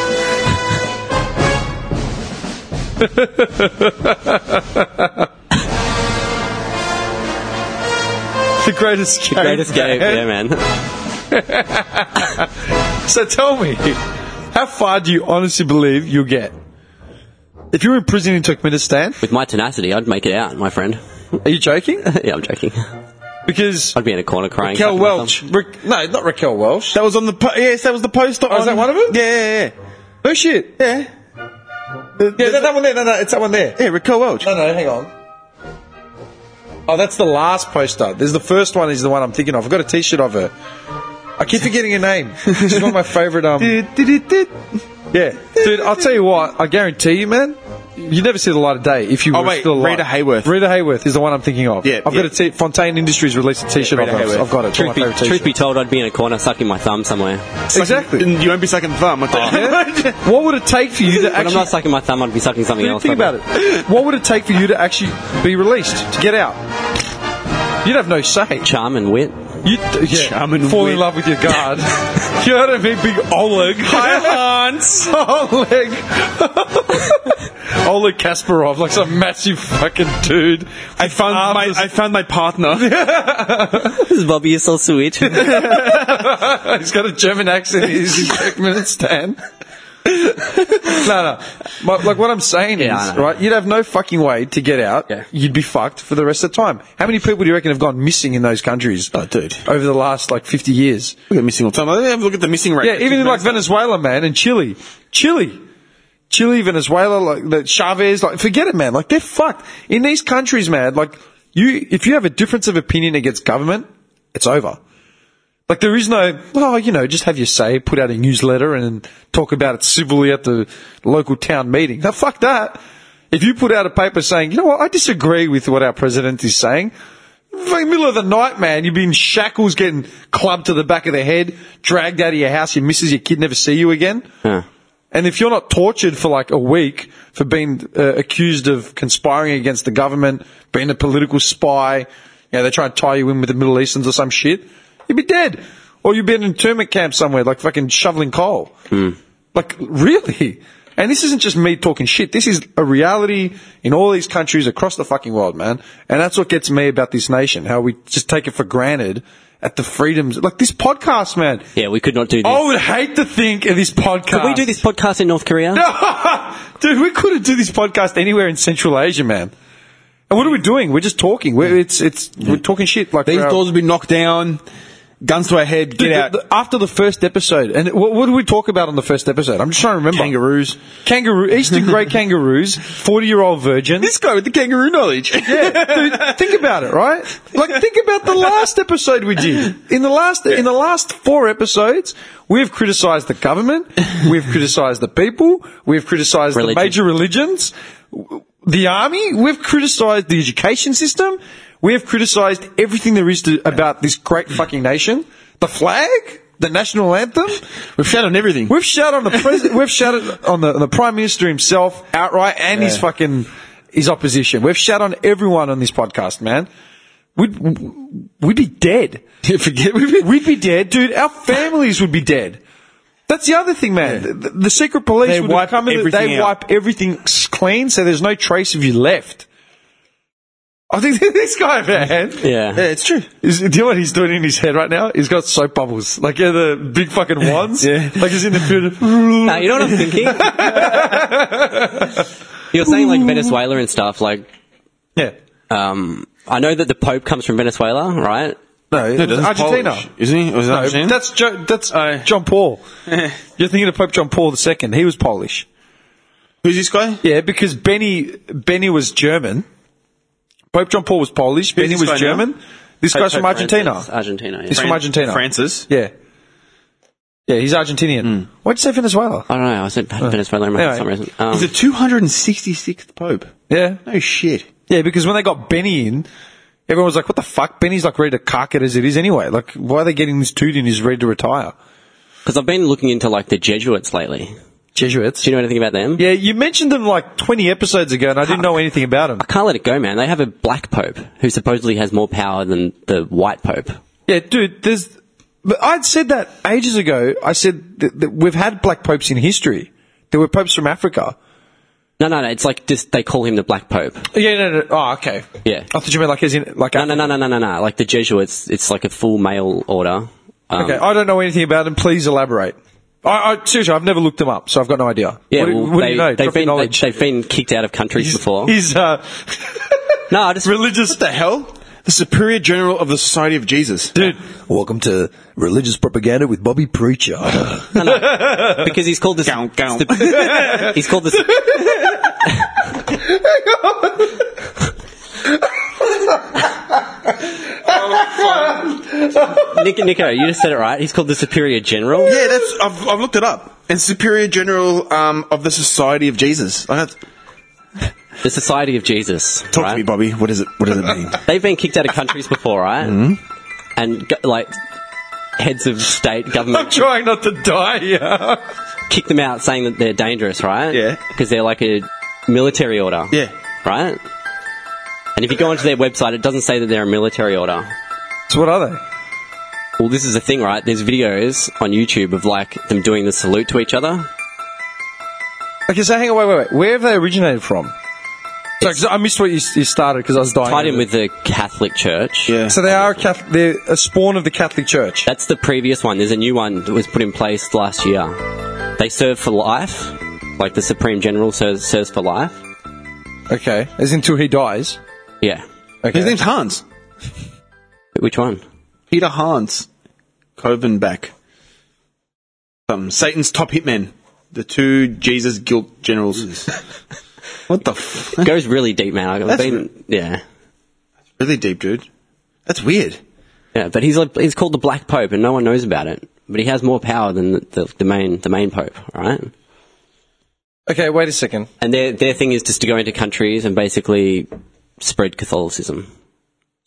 the greatest escape. greatest game. Yeah, man. So tell me, how far do you honestly believe you'll get? If you were in prison in Turkmenistan, With my tenacity, I'd make it out, my friend. are you joking? yeah, I'm joking. Because I'd be in a corner crying. Raquel sucking my Welch. Ra- no, not Raquel Welch. That was on the po- yes. That was the poster. Oh, is that one of them? Yeah, yeah, No Oh, shit. yeah. yeah. Yeah, that, that one there. No, no, it's that one there. Yeah, Raquel Welch. No, no, hang on. Oh, that's the last poster. There's the first one is the one I'm thinking of. I've got a T-shirt of her. I keep forgetting her name. She's one of my favorite. Um, yeah, dude. I'll tell you what. I guarantee you, man. You never see the light of day if you Oh, were wait, still alive. Rita Hayworth. Rita Hayworth is the one I'm thinking of. Yeah, I've yeah. got a T. Fontaine Industries released a T-shirt Rita of her. Hayworth. I've got it. It's one of Truth my be, favorite truth T-shirts. be told, I'd be in a corner sucking my thumb somewhere. exactly. And you won't be sucking thumb. I'll tell you. Yeah. What would it take for you to But I'm actually not sucking my thumb, I'd be sucking something Dude, else. think about probably. it. What would it take for you to actually be released to get out? You'd have no say. Charm and wit. You'd yeah, Charm and fall in wit. love with your guard. you know what I mean? Big Oleg. Hi, Hans. Oleg. Oleg Kasparov, like some massive fucking dude. I found Arms. my I found my partner. This is Bobby, you're so sweet. I'd He's got a German accent. He's in Turkmenistan. no, no. My, like what I'm saying Yeah, I is, know. right? You'd have no fucking way to get out. Yeah. You'd be fucked for the rest of the time. How many people do you reckon have gone missing in those countries? Oh, dude. Over the last like 50 years. Look at missing all the time. Let's Have a look at the missing rate. Yeah, even in like Venezuela, Venezuela. man, and Chile, Chile, Chile, Venezuela, like the Chavez, like forget it, man. Like they're fucked in these countries, man. Like you, if you have a difference of opinion against government, it's over. Like there is no, oh, you know, just have your say, put out a newsletter and talk about it civilly at the local town meeting. Now fuck that. If you put out a paper saying, you know what, I disagree with what our president is saying, in the middle of the night, man, you've been in shackles, getting clubbed to the back of the head, dragged out of your house, your missus, your kid never see you again. Yeah. And if you're not tortured for like a week for being uh, accused of conspiring against the government, being a political spy, you know, they try and tie you in with the Middle Easterns or some shit, you'd be dead. Or you'd be in an internment camp somewhere, like fucking shoveling coal. Hmm. Like, really? And this isn't just me talking shit. This is a reality in all these countries across the fucking world, man. And that's what gets me about this nation, how we just take it for granted at the freedoms. Like this podcast, man. Yeah, we could not do this. I would hate to think of this podcast. could we do this podcast in North Korea? Dude, we couldn't do this podcast anywhere in Central Asia, man. And what are we doing? We're just talking. We're, it's, it's, we're talking shit. Like These we're- doors will be knocked down, guns to our head, Dude, get out. the- the- after the first episode, and what, what did we talk about on the first episode? I'm just trying to remember. Kangaroos. Kangaroo, Eastern Grey kangaroos, 40 year old virgin. This guy with the kangaroo knowledge. Dude, think about it, right? Like, think about the last episode we did. In the last, in the last four episodes, we've criticised the government, we've criticised the people, we've criticised the Religion. major religions, w- the army, we've criticised the education system, we've criticised everything there is to, about this great fucking nation, the flag, the national anthem. We've shut on everything. We've shouted on the president. we've shouted on the, on the prime minister himself outright, and his Yeah. fucking his opposition. We've shouted on everyone on this podcast, man. We'd we'd be dead. Forget We'd be, we'd be dead, dude. Our families would be dead. That's the other thing, man. The, the secret police They would wipe come in. everything They out. wipe everything s- clean, so there's no trace of you left. I think this guy, man. Yeah. Yeah, it's true. Is, do you know what he's doing in his head right now? He's got soap bubbles, like yeah, the big fucking ones. Yeah. like he's in the field. No, you know what I'm thinking? You're saying like Venezuela and stuff. Like, Yeah, um, I know that the Pope comes from Venezuela, right? no, No, that's Argentina. Polish, isn't he? Or is that No, Argentina? that's jo- that's Oh. John Paul. You're thinking of Pope John Paul II. He was Polish. Who's this guy? Yeah, because Benny Benny was German. Pope John Paul was Polish. Benny this was guy now? German. This guy's from Pope Argentina. Francis, Argentina. Yeah. He's from Argentina. Francis. Yeah, yeah, he's Argentinian. Why'd you say Venezuela? I don't know. I said Venezuela in my- Uh, Anyway. for some reason. Um, He's the 266th Pope. Yeah, No shit. Yeah, because when they got Benny in, everyone was like, what the fuck? Benny's like ready to cock it as it is anyway. Like, why are they getting this dude in who's ready to retire? Because I've been looking into like the Jesuits lately. Jesuits. Do you know anything about them? Yeah, you mentioned them like 20 episodes ago and I didn't know anything about them. I can't let it go, man. They have a black pope who supposedly has more power than the white pope. Yeah, dude, there's, but I'd said that ages ago. I said that, that we've had black popes in history. There were popes from Africa. No, no, no. It's like just they call him the black pope. Yeah, no, no. Oh, okay. Yeah. I thought you meant like as in, like, No, no, no, no, no, no, no. Like the Jesuits, it's like a full male order. Um, okay, I don't know anything about them. Please elaborate. I, I, seriously, I've never looked them up, so I've got no idea. Yeah, what, do- well, what they, do you know? they've Drop your been they, knowledge. they've been kicked out of countries before. He's, uh, no, I just religious The hell? The Superior General of the Society of Jesus. Dude. Welcome to Religious Propaganda with Bobby Preacher. no, no. because he's called this. Gow, gow. he's called this. Nick, Nico, you just said it right. He's called the Superior General. Yeah, that's. I've, I've looked it up. And Superior General um, of the Society of Jesus. Like, that's- The Society of Jesus. talk right? to me, Bobby. What is it? What does it mean? They've been kicked out of countries before, right? Mm-hmm. And go- like heads of state I'm government trying not to die here. kick them out, saying that they're dangerous, right? Yeah. Because they're like a military order. Yeah. Right. And if you go onto their website, it doesn't say that they're a military order. So what are they? Well, this is the thing, right? There's videos on YouTube of like them doing the salute to each other. Okay, so hang on, wait, wait, wait. Where have they originated from? Sorry, 'cause I missed what you, you started because I was dying. Tied in with the Catholic Church. Yeah. So they are a Catholic, they're a spawn of the Catholic Church. That's the previous one. There's a new one that was put in place last year. They serve for life, like the Supreme General serves, serves for life. Okay, as until he dies. Yeah. Okay. His name's Hans. Which one? Peter Hans. Covenback. Um, Satan's top hitmen. The two Jesus guilt generals. what the f- It goes really deep, man. I've been, yeah. Really deep, dude. That's weird. Yeah, but he's like, he's called the Black Pope, and no one knows about it. But he has more power than the, the, the main the main Pope, right? Okay, wait a second. And their their thing is just to go into countries and basically spread Catholicism.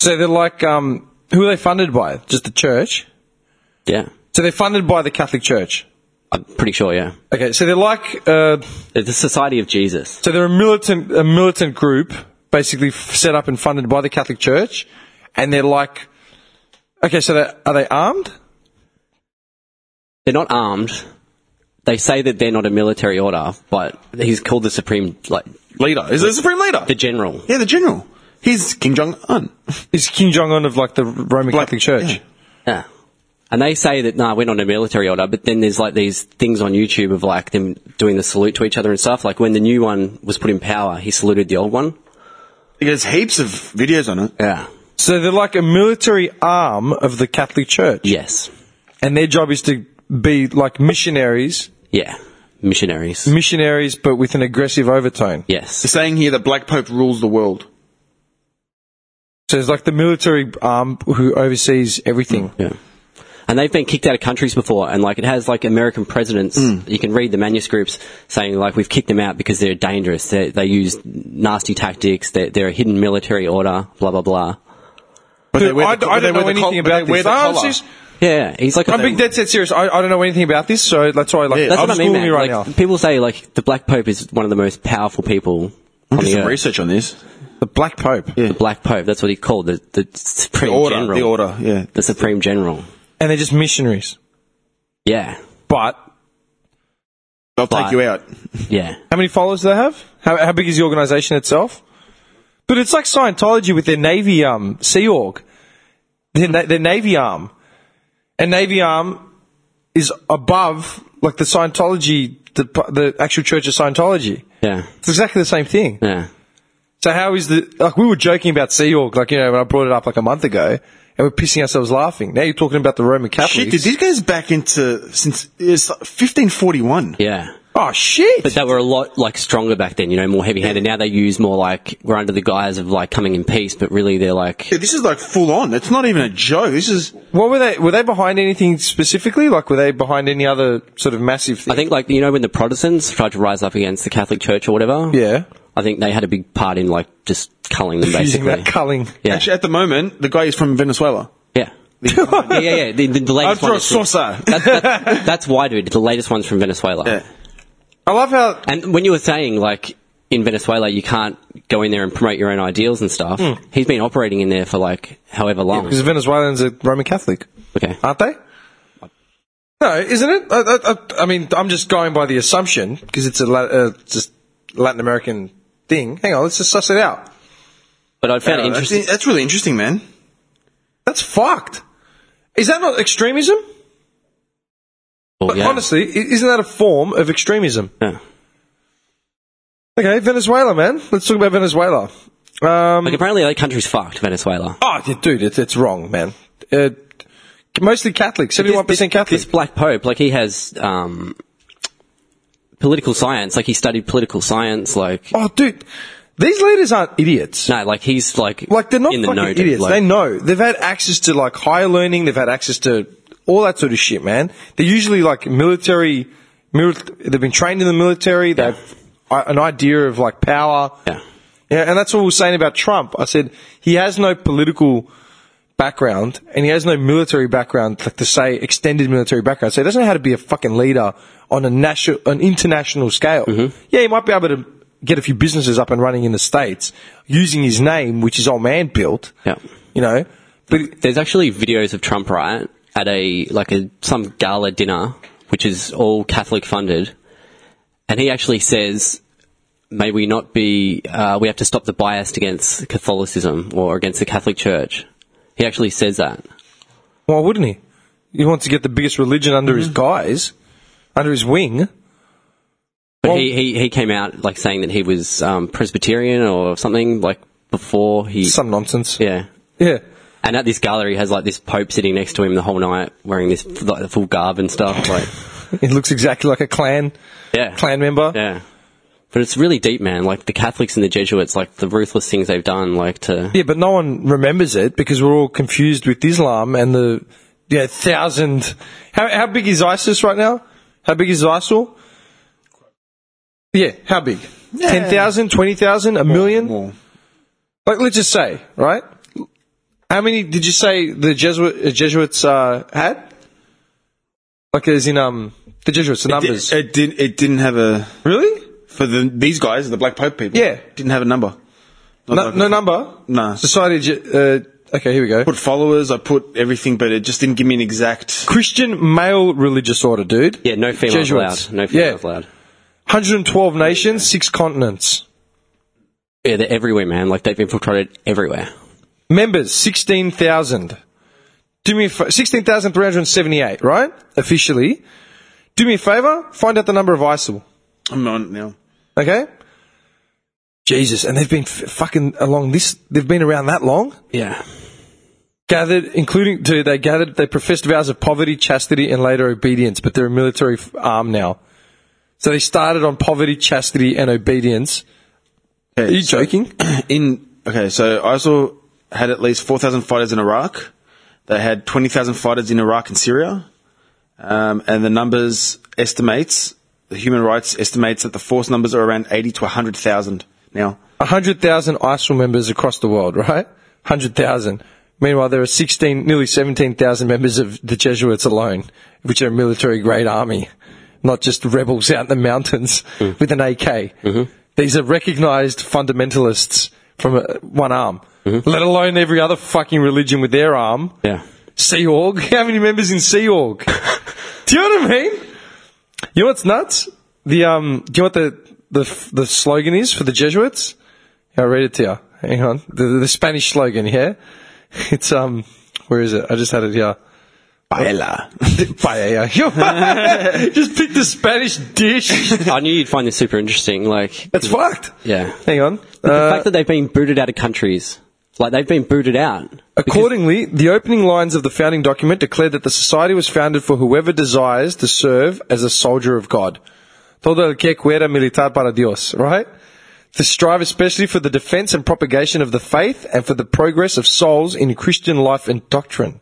So they're like, um, who are they funded by? Just the church? Yeah, So they're funded by the Catholic Church. I'm pretty sure. Yeah, Okay, so they're like, uh, the the Society of Jesus. so they're a militant, a militant group, basically f- set up and funded by the Catholic Church, and they're like, okay, so they are they armed? They're not armed. They say that they're not a military order, but he's called the supreme, like Leader. Is it the Supreme Leader? the general. yeah, the general. He's Kim Jong Un. Is King Jong Un of like the Roman Catholic Church? yeah. Yeah. And they say that, nah, we're not a military order, but then there's like these things on YouTube of like them doing the salute to each other and stuff. Like when the new one was put in power, he saluted the old one. He has heaps of videos on it. Yeah. So they're like a military arm of the Catholic Church, Yes. and their job is to be like missionaries, Yeah. Missionaries. missionaries, but with an aggressive overtone. They're Yes. saying here that Black Pope rules the world. So it's like the military arm who oversees everything. Yeah. And they've been kicked out of countries before, and like it has like American presidents. Hmm. You can read the manuscripts saying like we've kicked them out because they're dangerous. They, they use nasty tactics. They're, they're a hidden military order. Blah blah blah. But Dude, I, I don't know anything about this. Where Oh, the seriously? collar. Yeah, he's like a I'm being dead set serious. I, I don't know anything about this, so that's why like Yeah. That's I'm what I mean, schooling man. you right like, now. People say like the Black Pope is one of the most powerful people on Did the some earth. research on this. The Black Pope, The Black Pope. That's what he called the the Supreme The order, General. the order, yeah. The Supreme General. and they're just missionaries. Yeah, But They'll But- take you out. yeah. how many followers do they have? How, how big is the organization itself? But it's like Scientology with their Navy um Sea Org, their, na- their Navy arm, and Navy arm is above like the Scientology, the the actual Church of Scientology. Yeah. It's exactly the same thing. Yeah. So how is the like we were joking about Sea Org like you know when I brought it up like a month ago and we're pissing ourselves laughing. Now you're talking about the Roman Catholics. Shit, dude, this goes back into since it's 1541. Yeah. oh shit! But they were a lot like stronger back then, you know, more heavy handed. Now they use more like we're under the guise of like coming in peace, but really they're like Dude, this is like full on. It's not even a joke. This is what were they? Were they behind anything specifically? Like were they behind any other sort of massive thing? I think like you know when the Protestants tried to rise up against the Catholic Church or whatever. yeah, I think they had a big part in like just culling them using basically. that culling. yeah. actually at the moment the guy is from Venezuela. Yeah. yeah, yeah, yeah. The, the, the latest After one a is from- saucer. That, that, that's why, dude. The latest one's from Venezuela. Yeah. I love how And when you were saying, like, in Venezuela, you can't go in there and promote your own ideals and stuff. Hmm. He's been operating in there for, like, however long. because Venezuelans are Roman Catholic, okay. aren't they? No, isn't it? I, I, I- I mean, I'm just going by the assumption because it's a La- uh, just Latin American thing. Hang on, let's just suss it out. But I found it Uh, Oh, that's, interesting. that's really interesting, man. That's fucked. Is that not extremism? Well, yeah. Honestly, i- isn't that a form of extremism? Yeah. Okay, Venezuela, man. Let's talk about Venezuela. Um, Like, apparently, that country's fucked, Venezuela. oh, yeah, dude, it's, it's wrong, man. Uh, mostly Catholic, seventy-one percent Catholic. This Black Pope, like, he has, um, political science. Like, he studied political science. Like, oh, dude, these leaders aren't idiots. no, like, he's, like, Like they're not in the fucking know, dude. idiots. Like, they know. They've had access to like higher learning. They've had access to all that sort of shit, man. They're usually like military. Mil- they've been trained in the military. They've i- an idea of like power. Yeah. Yeah, and that's what we were saying about Trump. I said he has no political background and he has no military background, like to say extended military background. So he doesn't know how to be a fucking leader on a national, an international scale. Mm-hmm. Yeah, he might be able to get a few businesses up and running in the states using his name, which is old man built. Yeah. you know, but There's actually videos of Trump, right, at a like a some gala dinner, which is all Catholic funded, and he actually says, "May we not be? Uh, we have to stop the bias against Catholicism or against the Catholic Church." He actually says that. why wouldn't he? He wants to get the biggest religion under his Mm-hmm. guise, under his wing. But Well- he, he he came out like saying that he was um, Presbyterian or something like before he Some nonsense. yeah. yeah. And at this gallery, he has like this Pope sitting next to him the whole night, wearing this like the full garb and stuff. Like, It looks exactly like a clan yeah, clan member. yeah. But it's really deep, man. Like the Catholics and the Jesuits, like the ruthless things they've done, like to Yeah, but no one remembers it because we're all confused with Islam and the yeah thousand. How how big is ISIS right now? How big is ISIL? Yeah, how big? Ten thousand, twenty thousand, a million? Well, Like, let's just say, right? How many did you say the Jesuit, uh, Jesuits uh, had? Like, as in um, the Jesuits, the numbers. It, did, it didn't have a really? for the these guys, the Black Pope people. Yeah. didn't have a number. Not No, like- no number. No. Society. of Je- Uh, okay, here we go. put followers. I put everything, but it just didn't give me an exact. Christian male religious order, dude. yeah, no females Jesuits. allowed, no females yeah. allowed. 112 nations, six continents. Yeah, they're everywhere, man. Like they've infiltrated everywhere. Members, 16,000. Do me a fa- 16,378, right? Officially. Do me a favor, find out the number of ISIL. I'm on it now. Okay? Jesus, and they've been f- fucking along this, they've been around that long? Yeah, Gathered, including, dude, they gathered, they professed vows of poverty, chastity, and later obedience, but they're a military f- arm now. So they started on poverty, chastity, and obedience. Are you joking? In okay, so ISIL had at least four thousand fighters in Iraq. They had twenty thousand fighters in Iraq and Syria, um, and the numbers estimates the human rights estimates that the force numbers are around eighty to hundred thousand now. 100,000 ISIL members across the world, right? 100,000. Meanwhile, there are 16, nearly 17,000 members of the Jesuits alone, which are a military grade army, not just rebels out in the mountains with an AK. These are recognized fundamentalists from uh, one arm, let alone every other fucking religion with their arm. yeah. Sea Org. How many members in Sea Org? do you know what I mean? You know what's nuts? The um, do you know what the the the slogan is for the Jesuits? I'll read it to you. Hang on. The, the Spanish slogan, yeah. It's um, where is it? I just had it here. Baella. Paella. just pick the Spanish dish. I knew you'd find this super interesting. Like, That's fucked. yeah, Hang on. the Uh, fact that they've been booted out of countries, like they've been booted out. Accordingly, the opening lines of the founding document declared that the society was founded for whoever desires to serve as a soldier of God. Todo el que quiera militar para Dios, right? To strive especially for the defense and propagation of the faith and for the progress of souls in Christian life and doctrine.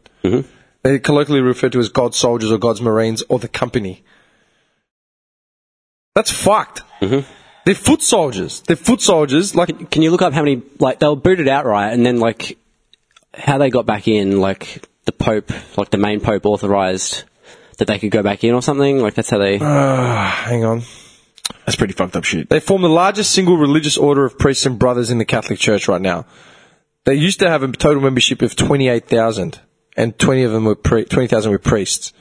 They're colloquially referred to as God's soldiers or God's marines or the company. That's fucked. They're foot soldiers. They're foot soldiers. Like Can you look up how many like they were booted outright, and then like how they got back in? Like the Pope, like the main Pope, authorized that they could go back in or something. Like that's how they. Uh, Ah, hang on. That's pretty fucked up shit. They form the largest single religious order of priests and brothers in the Catholic Church right now. They used to have a total membership of 28,000, and 20 of them were pri- 20,000 were priests.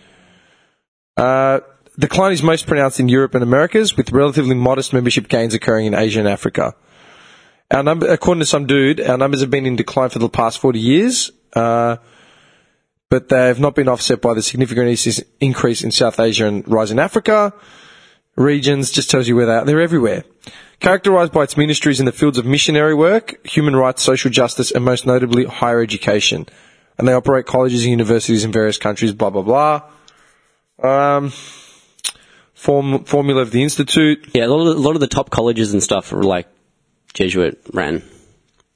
Uh, decline is most pronounced in Europe and Americas, with relatively modest membership gains occurring in Asia and Africa. Our number, according to some dude, our numbers have been in decline for the past 40 years, uh, but they have not been offset by the significant increase- increase in South Asia and rise in Africa regions, just tells you where they are. They're everywhere. Characterized by its ministries in the fields of missionary work, human rights, social justice, and most notably higher education. And they operate colleges and universities in various countries, blah, blah, blah. Um, form, formula of the Institute. Yeah, a lot, of, a lot of the top colleges and stuff are like Jesuit ran.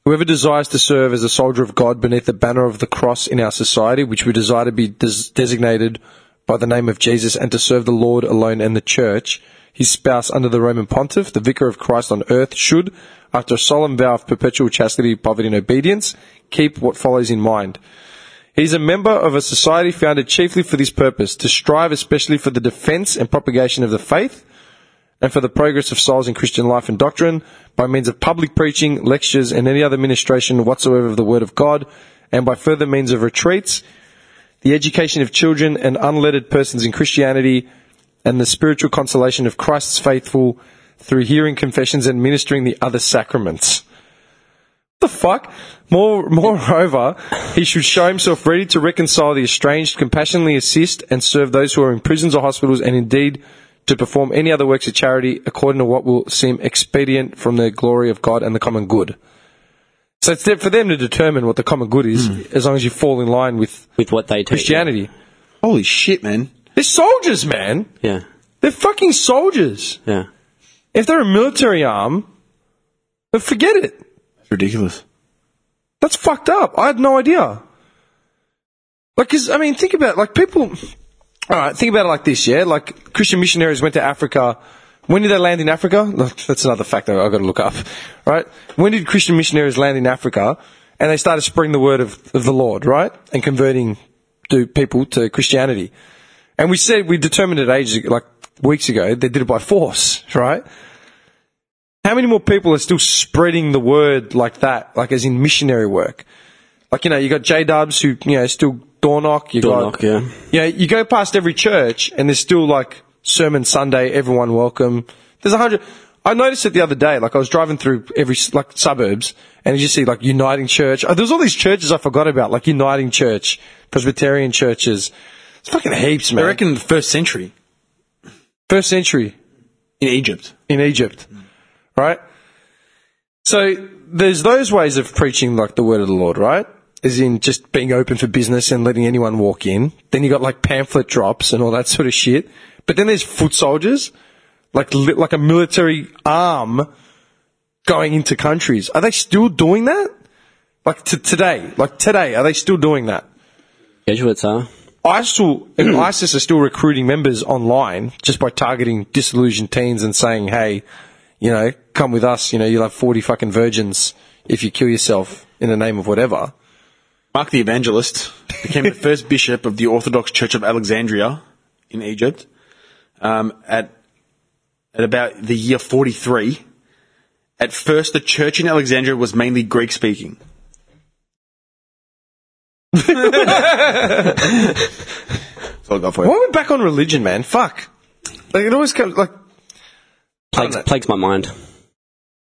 Whoever desires to serve as a soldier of God beneath the banner of the cross in our society, which we desire to be des- designated by the name of Jesus and to serve the Lord alone and the church, his spouse under the Roman pontiff, the vicar of Christ on earth, should, after a solemn vow of perpetual chastity, poverty, and obedience, keep what follows in mind. He is a member of a society founded chiefly for this purpose, to strive especially for the defense and propagation of the faith, and for the progress of souls in Christian life and doctrine by means of public preaching, lectures, and any other ministration whatsoever of the Word of God, and by further means of retreats, the education of children and unlettered persons in Christianity, and the spiritual consolation of Christ's faithful through hearing confessions and ministering the other sacraments. The fuck? More, moreover, he should show himself ready to reconcile the estranged, compassionately assist and serve those who are in prisons or hospitals, and indeed to perform any other works of charity according to what will seem expedient from the glory of God and the common good. So it's there for them to determine what the common good is, Hmm. as long as you fall in line with with what they teach. Christianity. Holy shit, man! They're soldiers, man. Yeah, They're fucking soldiers. yeah. If they're a military arm, then forget it. It's ridiculous. That's fucked up. I had no idea. Like, 'cause, I mean, think about it, like people. All right, think about it like this, yeah. Like Christian missionaries went to Africa. When did they land in Africa? Look, That's another fact that I've got to look up. Right? When did Christian missionaries land in Africa? And they started spreading the word of, of the Lord, right? And converting to people to Christianity. And we said we determined it ages ago, like weeks ago. They did it by force, right? How many more people are still spreading the word like that, like as in missionary work? Like, you know, you got J Dubs who, you know, still door knock. You Door got, knock, yeah. You know, you go past every church and there's still like Sermon Sunday, everyone welcome. There's a hundred. I noticed it the other day, like I was driving through every, s- like suburbs and you just see like Uniting Church. Oh, there's all these churches I forgot about, like Uniting Church, Presbyterian churches. It's fucking heaps, man. I reckon the first century First century. in Egypt. in Egypt, right? So there's those ways of preaching like the word of the Lord, right? As in just being open for business and letting anyone walk in. Then you got like pamphlet drops and all that sort of shit. But then there's foot soldiers, like li- like a military arm going into countries. Are they still doing that? Like to today, like today, are they still doing that? Jesuits are. ISIL and ISIS are still recruiting members online just by targeting disillusioned teens and saying, "Hey, you know, come with us. You know, you'll have forty fucking virgins if you kill yourself in the name of whatever." Mark the Evangelist became the first bishop of the Orthodox Church of Alexandria in Egypt um, at at about the year 43. At first, the church in Alexandria was mainly Greek speaking. That's all I got for you. Why are we back on religion, man? Fuck. Like it always comes like Plagues, plagues my mind.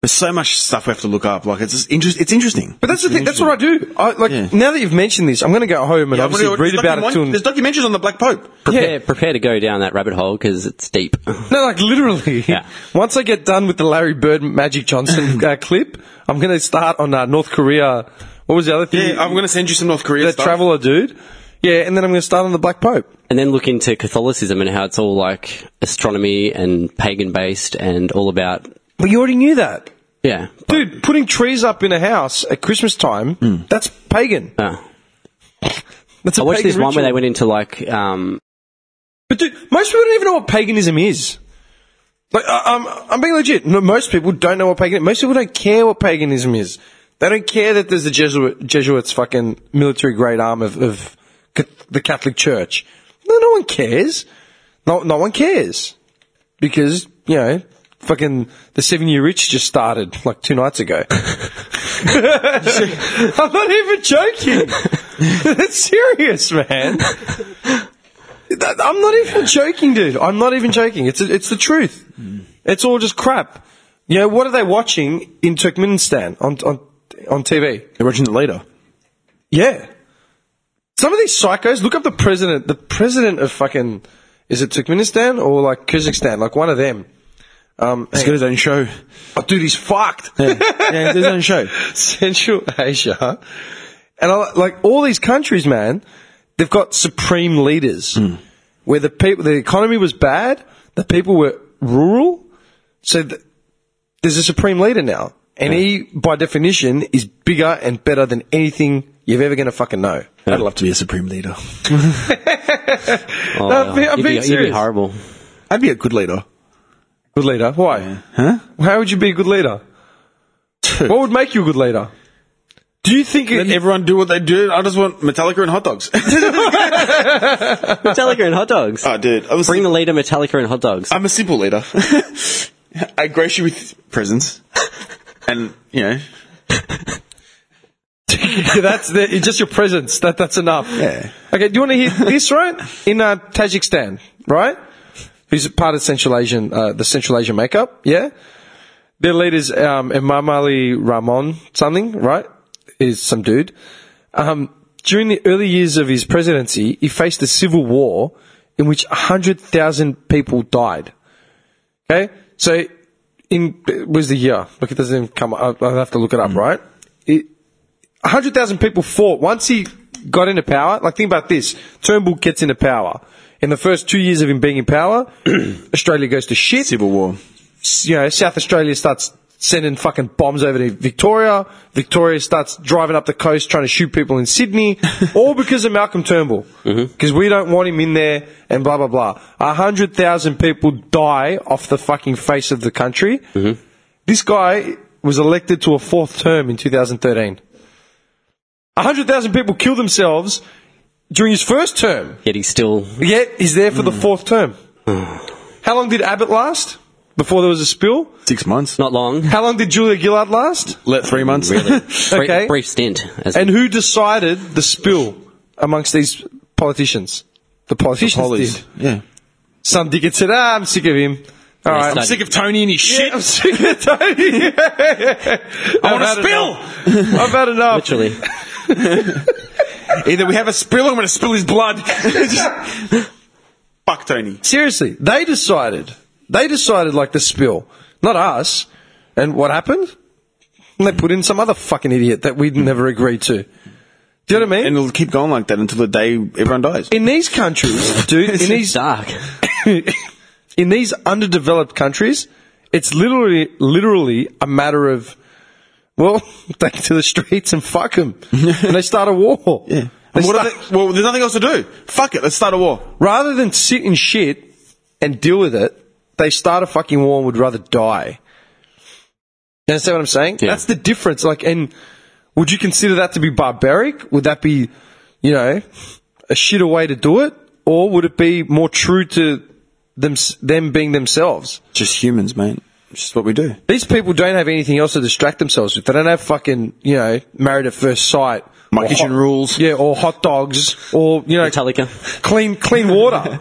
There's so much stuff we have to look up. Like it's just interest. It's interesting. But that's the thing. That's what I do. I, like Yeah. now that you've mentioned this, I'm going to go home and Yeah, obviously I've already- read there's about it. document- Till, There's documentaries on the Black Pope. Prepare, prepare to go down that rabbit hole because it's deep. No, like literally. Yeah. Once I get done with the Larry Bird Magic Johnson uh, clip, I'm going to start on uh, North Korea. What was the other thing? Yeah, I'm going to send you some North Korea that stuff. traveler dude. Yeah, and then I'm going to start on the Black Pope. and then look into Catholicism and how it's all like astronomy and pagan based and all about But you already knew that. yeah. but- Dude, putting trees up in a house at Christmas time, that's pagan. uh, That's a Hmm. I watched pagan this one where ritual. they went into like um, But dude, most people don't even know what paganism is. Like, I, I'm, I'm being legit. No, most people don't know what paganism. Most people don't care what paganism is. They don't care that there's the Jesuit, Jesuits' fucking military grade arm of, of ca- the Catholic Church. No, no one cares. No, no one cares because you know, fucking the Seven Year Itch just started like two nights ago. I'm not even joking. That's serious, man. That- I'm not even joking, dude. I'm not even joking. It's it's the truth. It's all just crap. You know what are they watching in Turkmenistan on on on TV? They're watching it later. Yeah, some of these psychos. Look up the president. The president of fucking is it Turkmenistan or like Kyrgyzstan? Like one of them. Um, He's got his own show. oh, dude, he's fucked. Yeah, his own show. Central Asia, and I, like all these countries, man, they've got supreme leaders Hmm. where the people, the economy was bad, the people were rural, so th- there's a supreme leader now, and he, by definition, is bigger and better than anything you're ever going to fucking know. I'd love to be a supreme leader. oh, Uh, I'm be- I'm being you'd, be, you'd be serious. horrible. I'd be a good leader. Good leader? Why? Huh? How would you be a good leader? what would make you a good leader? Do you think Let everyone do what they do. I just want Metallica and hot dogs. Metallica and hot dogs. Uh, oh, dude. I'm Bring a, sim- the leader Metallica and hot dogs. I'm a simple leader. I grace you with presents. And, you know. Yeah, that's the, it's just your presence. That that's enough. Yeah. Okay. Do you want to hear this right in uh, Tajikistan, right? Who's part of Central Asian, uh, the Central Asian makeup? Yeah. Their leader's um, Imam Ali Rahman something, right? Is some dude. Um, during the early years of his presidency, he faced a civil war in which hundred thousand people died. Okay, so in was the year? Look, it doesn't even come. I'll, I'll have to look it up, right? It, 100,000 people fought. Once he got into power, like think about this. Turnbull gets into power. In the first two years of him being in power, Australia goes to shit. Civil War. s- you know, South Australia starts sending fucking bombs over to Victoria. Victoria starts driving up the coast trying to shoot people in Sydney, all because of Malcolm Turnbull. Because we don't want him in there and blah, blah, blah. A hundred thousand people die off the fucking face of the country. This guy was elected to a fourth term in 2013. A hundred thousand people killed themselves during his first term. Yet he's still Yet he's there for the fourth term. How long did Abbott last before there was a spill? Six months. not long. How long did Julia Gillard last? Let three months. Brief, Okay. brief stint. As And who decided the spill amongst these politicians? The politicians Pollies. did. Yeah. Some dickhead said, ah, I'm sick of him. All right. studied. I'm Sick of Tony and his shit. I'm sick of Tony. I want a spill. I've had enough. literally. Either we have a spill or I'm going to spill his blood. Fuck Tony. Seriously, they decided. They decided like the spill, not us. And what happened? They put in some other fucking idiot that we'd never agreed to. Do you know what I mean? And it'll keep going like that until the day everyone dies. in these countries, dude, in It's these dark. in these underdeveloped countries, it's literally literally a matter of well, take to the streets and fuck them, and they start a war. yeah. They And what are start- they, well, there's nothing else to do. Fuck it. Let's start a war. rather than sit in shit and deal with it, they start a fucking war and would rather die. You understand what I'm saying? Yeah. That's the difference. Like, and would you consider that to be barbaric? Would that be, you know, a shitter way to do it, or would it be more true to them them being themselves? Just humans, mate. It's just what we do. These people don't have anything else to distract themselves with. They don't have fucking, you know, married at first sight. My or kitchen hot- rules. Yeah, or hot dogs, or, you know, Metallica. clean clean water.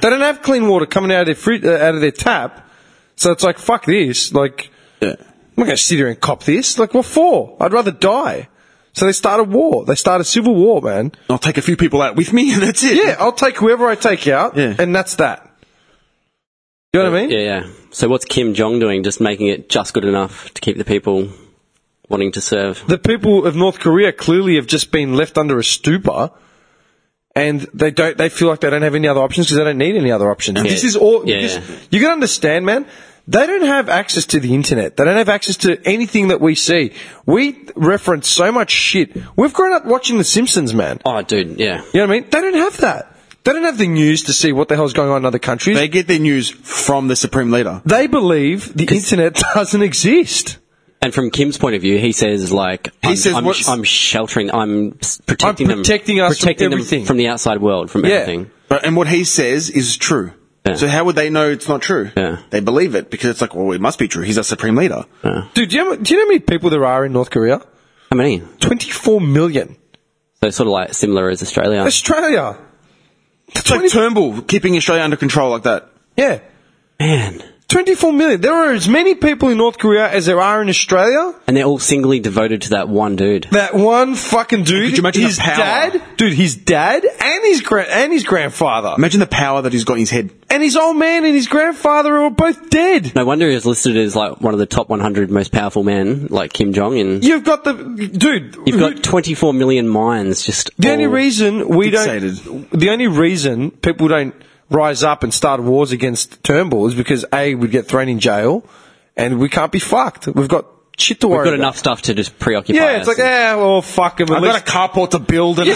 they don't have clean water coming out of their fruit, uh, out of their tap. So it's like fuck this. Like Yeah. I'm not going to sit here and cop this. Like what for? I'd rather die. So they start a war. They start a civil war, man. I'll take a few people out with me and that's it. Yeah, I'll take whoever I take out, Yeah. and that's that. You know what I mean? Yeah, yeah. So what's Kim Jong doing? Just making it just good enough to keep the people wanting to serve. The people of North Korea clearly have just been left under a stupor, and they don't. They feel like they don't have any other options because they don't need any other options. This is all. Yeah. this- you can understand, man. They don't have access to the internet. They don't have access to anything that we see. We reference so much shit. We've grown up watching The Simpsons, man. Oh, dude, yeah. You know what I mean? They don't have that. They don't have the news to see what the hell's going on in other countries. They They, get their news from the Supreme Leader. believe the internet doesn't exist. And from Kim's point of view, he says like, I'm, says I'm, what's- I'm sheltering, I'm s- protecting them, protecting us from protecting them everything. from the outside world, from Yeah. everything. But, and what he says is true. Yeah. So how would they know it's not true? Yeah. They believe it because it's like, well, it must be true. He's our Supreme Leader. Dude, do you, know, do you know how many people there are in North Korea? Uh, How many? 24 million. So sort of like similar as Australia. Australia. It's like Turnbull keeping Australia under control like that. Yeah. Man. 24 million. There are as many people in North Korea as there are in Australia. And they're all singly devoted to that one dude. That one fucking dude, Could you imagine his the power? dad, dude, his dad and his gra- and his grandfather Imagine the power that he's got in his head. and his old man and his grandfather are both dead. No wonder he's listed as like one of the top 100 most powerful men, like Kim Jong. And You've got the dude. you've who- got 24 million minds just. the only all- reason we fixated. don't, the only reason people don't rise up and start wars against Turnbull is because a we'd get thrown in jail, and we can't be fucked. We've got shit to We've worry got about. enough stuff to just preoccupy. Yeah, it's like, us. eh, well, fuck him. I've got a carport to build and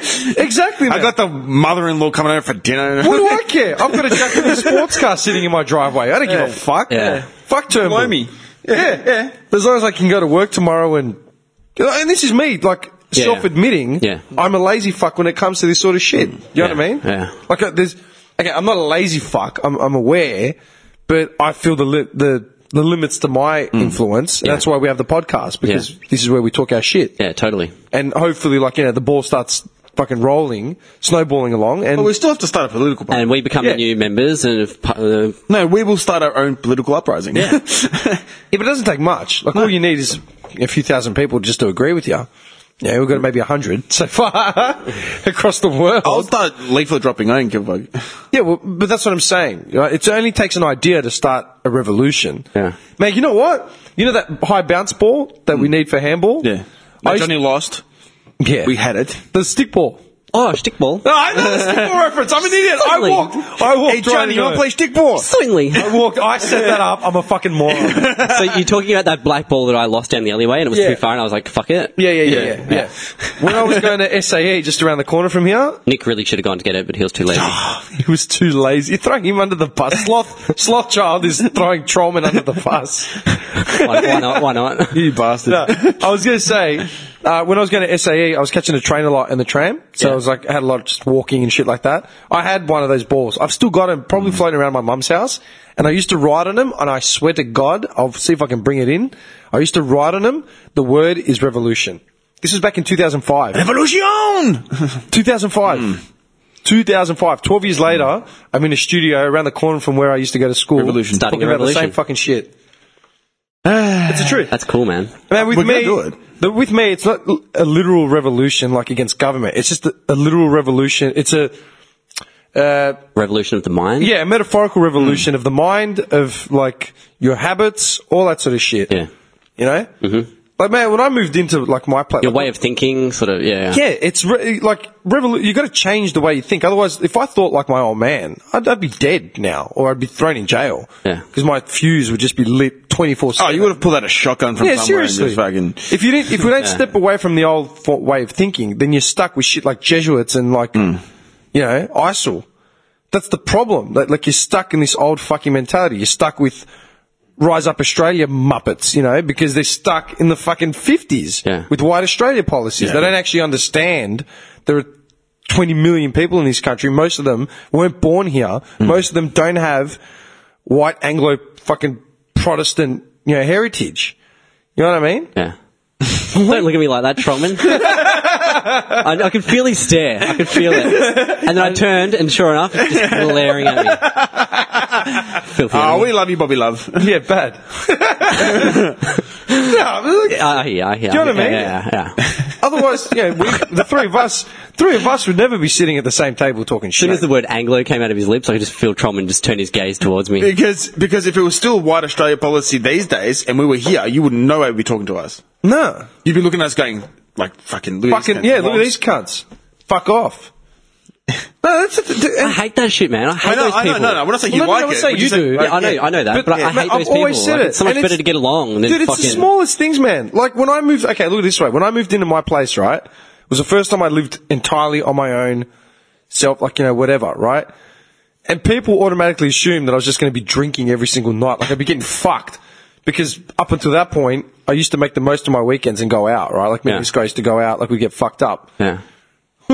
exactly. I got the mother-in-law coming over for dinner. What do I care? I've got a jacket and a sports car sitting in my driveway. I don't give a fuck. Yeah. Fuck Turnbull. Blow me. Yeah. yeah. As long as I can go to work tomorrow and and this is me like Yeah. self-admitting. Yeah. I'm a lazy fuck when it comes to this sort of shit. You know what I Yeah. mean? Yeah. Like uh, there's okay. I'm not a lazy fuck. I'm I'm aware, but I feel the li- the the limits to my influence. That's why we have the podcast because Mm. Yeah. this is where we talk our shit yeah, totally. and hopefully, like you know, the ball starts fucking rolling, snowballing along, and But we still have to start a political party. And we become Yeah. the new members and if, pu- uh, no, we will start our own political uprising. Yeah. Yeah, but it doesn't take much. Like all you need is a few thousand people just to agree with you. Yeah, we've got maybe a hundred so far across the world. I'll start leaflet dropping. I don't give a fuck. Yeah, well, but that's what I'm saying. Right? It only takes an idea to start a revolution. Yeah. man. You know what? You know that high bounce ball that we need for handball. Mm. Yeah. I Like used- Johnny lost. yeah. We had it. the stick ball. Oh, stickball. No, I know the stickball reference. I'm an idiot. I Certainly. walked. I walked. Hey, Johnny, you want to play stickball? Certainly. I walked. I set that up. I'm a fucking moron. so you're talking about that black ball that I lost down the alleyway and it was Yeah. too far and I was like, fuck it. Yeah, yeah, yeah, yeah. yeah. when I was going to SAE just around the corner from here, Nick really should have gone to get it, but he was too lazy. Oh. he was too lazy. You're throwing him under the bus. Sloth, sloth child is throwing Trollman under the bus. why, why not? Why not? You bastard. No, I was going to say, uh, when I was going to SAE, I was catching the train a lot in the tram. So I was like, I had a lot of just walking and shit like that. I had one of those balls. I've still got him Mm. probably floating around my mum's house. And I used to write on him, and I swear to God, I'll see if I can bring it in. I used to write on him, the word is revolution. This was back in 2005. Evolution! 2005. Hmm. 2005. 12 years later, I'm in a studio around the corner from where I used to go to school. Revolution. Talking Starting a about the revolution. same fucking shit. it's the truth. That's cool, man. Man, with We're gonna me, do it. the- with me, it's not l- a literal revolution like against government. It's just a, a literal revolution. It's a Revolution of the mind. yeah, a metaphorical revolution of the mind, of like your habits, all that sort of shit. Yeah. You know, mm-hmm. like man, when I moved into like my platform, Your way of thinking, sort of, yeah. Yeah, it's re- like revolu- you got to change the way you think. Otherwise, if I thought like my old man, I'd, I'd be dead now, or I'd be thrown in jail. Yeah. because my fuse would just be lit twenty four. Oh, you would have pulled out a shotgun from Yeah, somewhere seriously. and just fucking. If you didn't, if we don't step away from the old fo- way of thinking, then you're stuck with shit like Jesuits and like, Hmm. you know, ISIL. That's the problem. Like, like you're stuck in this old fucking mentality. You're stuck with Rise Up Australia muppets, you know, because they're stuck in the fucking fifties Yeah. with White Australia policies. They don't actually understand there are 20 million people in this country. Most of them weren't born here. Most of them don't have white Anglo fucking Protestant, you know, heritage. You know what I mean? Yeah. Don't look at me like that, Trollman. I, I could feel his stare. I could feel it. And then I turned, and sure enough, he's just glaring at me. Filthy. Oh, animal. we love you, Bobby Love. Yeah, bad. no, I mean, like, I hear, I hear. Do you know what I yeah, mean? Yeah, yeah. As otherwise, yeah, we, the three of us, three of us would never be sitting at the same table talking shit. soon as the word Anglo came out of his lips, I could just feel Trollman just turn his gaze towards me. Because because if it was still white Australia policy these days and we were here, you wouldn't know how you'd be talking to us. no, You'd be looking at us going, like, fucking, look at fucking these yeah, cunts. look at these cunts. Fuck off. No, that's the- the- I hate that shit, man. I hate I know, those I know, people. no, no. We're not saying Well, no, you no, like we'll it. say we're you just saying, do. like, Yeah, I know, I know that, but, I yeah, hate man, those I've people. always said Like, it, It's so much and better it's- to get along than Dude, it's fucking. the smallest things, man. Like when I moved, okay, look at it this way. When I moved into my place, right, it was the first time I lived entirely on my own self, like you know, whatever, right. And people automatically assumed that I was just going to be drinking every single night, like I'd be getting fucked. Because up until that point, I used to make the most of my weekends and go out, right? Like me Yeah. and this guy used to go out, like we get fucked up. Yeah.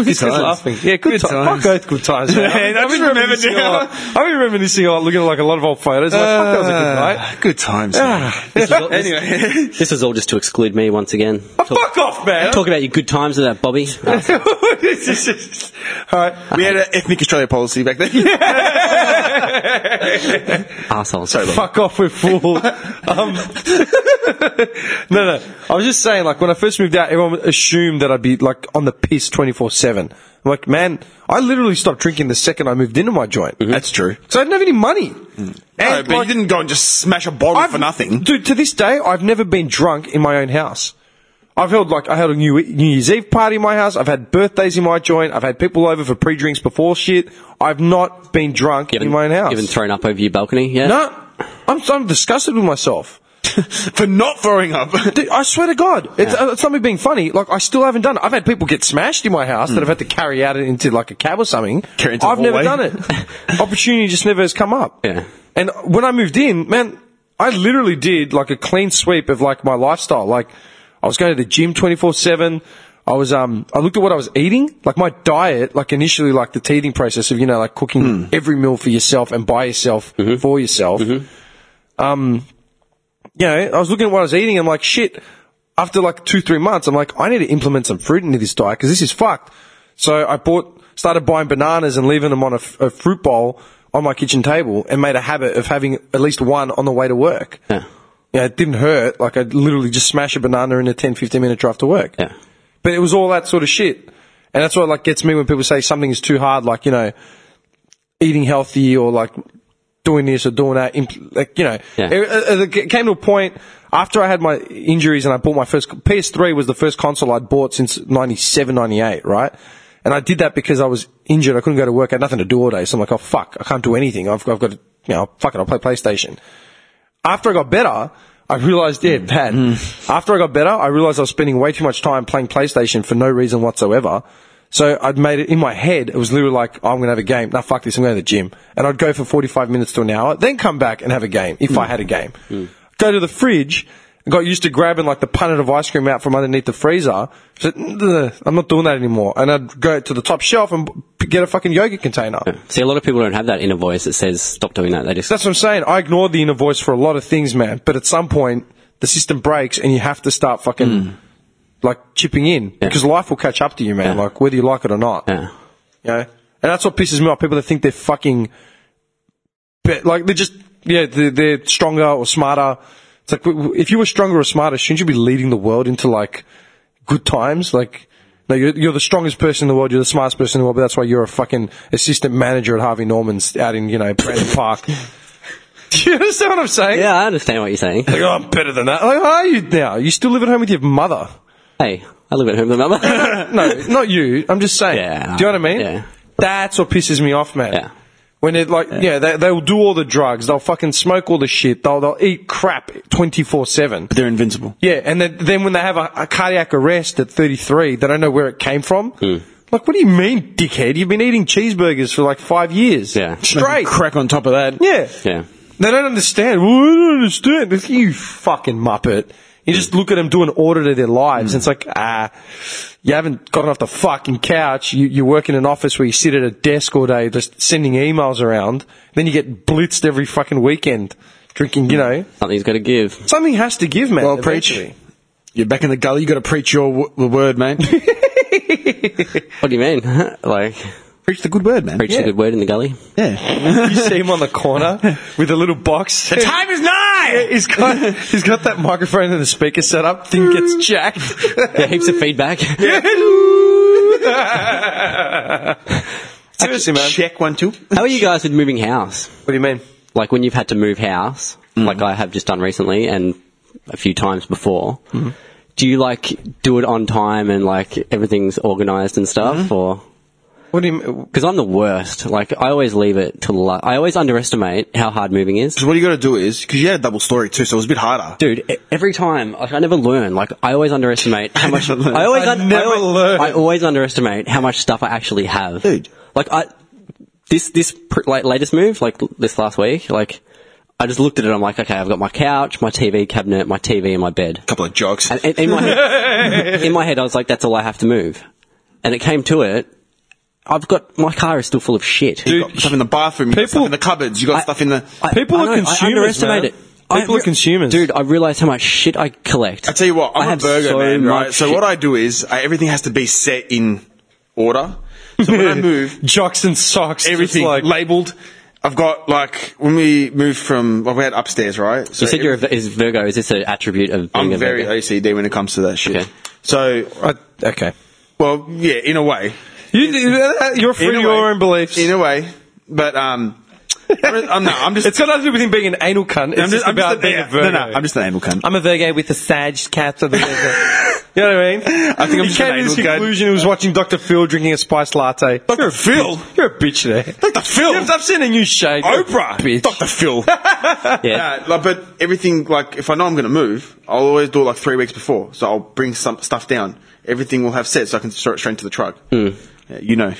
This guy's times. laughing. Yeah, good, Good times. times. Fuck Earth, good times. Man. Yeah, I just remembered reminiscing a now. lot. I've been reminiscing a lot, looking at like a lot of old photos. Like, fuck, that was a good night. Uh, Good times. man. This was all, anyway, this was all just to exclude me once again. Talk, Fuck off, man. talk about your good times with that, Bobby. Uh, All right. We had an ethnic Australia policy back then. Arseholes. Fuck off, we're full. um, no, no. I was just saying, like, when I first moved out, everyone assumed that I'd be, like, on the piss 24 7. I'm like, man, I literally stopped drinking the second I moved into my joint. That's true. So I didn't have any money. No, but like, you didn't go and just smash a bottle for nothing. Dude, to this day, I've never been drunk in my own house. I've held like I held a New, New Year's Eve party in my house. I've had birthdays in my joint. I've had people over for pre-drinks before shit. I've not been drunk in my own house. Even thrown up over your balcony. Yeah. no, I'm I'm disgusted with myself. For not throwing up. Dude, I swear to God, it's, uh, it's not me being funny. Like I still haven't done it. I've had people get smashed in my house that I've had to carry out it into like a cab or something. Hmm. Carry into the I've never done hallway. it. Opportunity just never has come up. Yeah. And when I moved in, man, I literally did like a clean sweep of like my lifestyle. Like I was going to the gym twenty four seven. I was um I looked at what I was eating. Like my diet, like initially like the teething process of, you know, like cooking Hmm. every meal for yourself and by yourself Mm-hmm. for yourself you know, I was looking at what I was eating. I'm like, shit. After like two, three months, I'm like, I need to implement some fruit into this diet because this is fucked. So I bought, started buying bananas and leaving them on a, f- a fruit bowl on my kitchen table and made a habit of having at least one on the way to work. Yeah. Yeah, it didn't hurt. Like I'd literally just smash a banana in a 10, 15 minute drive to work. Yeah. But it was all that sort of shit. And that's what like gets me when people say something is too hard, like, you know, eating healthy or like doing this or doing that. Imp- like, you know, Yeah. it, it- it, it came to a point after I had my injuries and I bought my first PS3 was the first console I'd bought since 97, 98, right? And I did that because I was injured. I couldn't go to work. I had nothing to do all day. So I'm like, oh fuck, I can't do anything. I've, I've got to, you know, fuck it. I'll play PlayStation. After I got better, I realized, yeah, bad. After I got better, I realized I was spending way too much time playing PlayStation for no reason whatsoever. So I'd made it in my head. It was literally like, oh, I'm going to have a game. Now fuck this. I'm going to the gym. And I'd go for 45 minutes to an hour, then come back and have a game if I had a game. Go to the fridge and got used to grabbing like the punnet of ice cream out from underneath the freezer. Said, "Nah, I'm not doing that anymore. And I'd go to the top shelf and p- get a fucking yogurt container. See, a lot of people don't have that inner voice that says, stop doing that. They just, That's what I'm saying. I ignored the inner voice for a lot of things, man. But at some point, the system breaks and you have to start fucking Hmm. like chipping in because life will catch up to you, man. Yeah. Like whether you like it or not, yeah. you know. And that's what pisses me off. People that think they're fucking, but like they're just yeah, they're, they're stronger or smarter. It's like w- w- if you were stronger or smarter, shouldn't you be leading the world into like good times? Like. No, you're, you're the strongest person in the world. You're the smartest person in the world, but that's why you're a fucking assistant manager at Harvey Norman's out in, you know, Brandon Park. Do you understand what I'm saying? Yeah, I understand what you're saying. Like, oh, I'm better than that. Like, how are you now? You still live at home with your mother. hey, I live at home with my mum. No, not you. I'm just saying. Yeah. Do you know what I mean? Yeah. That's what pisses me off, man. Yeah. When it like, yeah, they, they'll do all the drugs. They'll fucking smoke all the shit. They'll, they'll eat crap 24-7. They're invincible. Yeah. And then, then when they have a, a cardiac arrest at 33, they don't know where it came from. Hmm. Like, what do you mean, dickhead? You've been eating cheeseburgers for like five years. Yeah. Straight. Crack on top of that. Yeah. yeah. They don't understand. Well, I don't understand. It's, You fucking muppet. You just look at them do an audit of their lives. And it's like, ah, you haven't gotten off the fucking couch. You, you work in an office where you sit at a desk all day just sending emails around. Then you get blitzed every fucking weekend drinking, you know. Something's got to give. Something has to give, man. Well, preach. eventually. You're back in the gully. You got to preach your w- the word, man. What do you mean? like, preach the good word, man. preach yeah. the good word in the gully? Yeah. You see him on the corner with a little box. The Time is nigh. He's got, he's got that microphone and the speaker set up. Thing gets jacked. Yeah, heaps of feedback. Seriously, man. Check one, two. How are you guys with moving house? What do you mean? Like, when you've had to move house, like I have just done recently and a few times before, do you, like, do it on time and, like, everything's organized and stuff? Or. What do you Because I'm the worst. Like, I always leave it till la- I always underestimate how hard moving is. So what you got to do is because you had a double story too, so it was a bit harder. Dude, e- every time, like, I never learn. Like, I always underestimate how much. learn. I always I un- never I always, learn. I always underestimate how much stuff I actually have. Dude. like I this this pr- like latest move, like l- this last week, like I just looked at it. I'm like, okay, I've got my couch, my TV cabinet, my TV, and my bed. A couple of jokes. And in, in my head, in my head, I was like, that's all I have to move. And it came to it. I've got my car is still full of shit. You got stuff in the bathroom. You got people- stuff in the cupboards. You got I- stuff in the. I- People I are know, I consumers, underestimate man. it. I People are re- consumers. dude. I realize how much shit I collect. I tell you what, I'm I a have burger so man, right? much So shit. what I do is I, everything has to be set in order. So when I move, Jocks and socks. everything Just like, labeled. I've got like when we moved from well, we had upstairs, right? So you said every- you're a, is Virgo. Is this an attribute of being I'm a very Virgo? OCD when it comes to that shit. Okay. So, I, okay. well, yeah, in a way, You, you're free In to a your way. own beliefs. in a way, but um, I'm, I'm, no, I'm just. it's got nothing to do with him being an anal cunt. It's just, I'm just, I'm about just a, being yeah, a Virgo. No, no, I'm just an animal cunt. I'm a Virgo with a Sag cat. Of the you know what I mean? I think I'm he just came an to this anal cunt. conclusion. He was watching Dr. Phil drinking a spiced latte. Dr. Phil, You're a bitch there. Dr. Phil, I've seen a new shade. Oprah, Bitch. Dr. Phil. Yeah. Uh, like, but everything, like, if I know I'm going to move, I'll always do it like three weeks before. So I'll bring some stuff down. Everything will have set so I can throw it straight into the truck. Yeah, you know.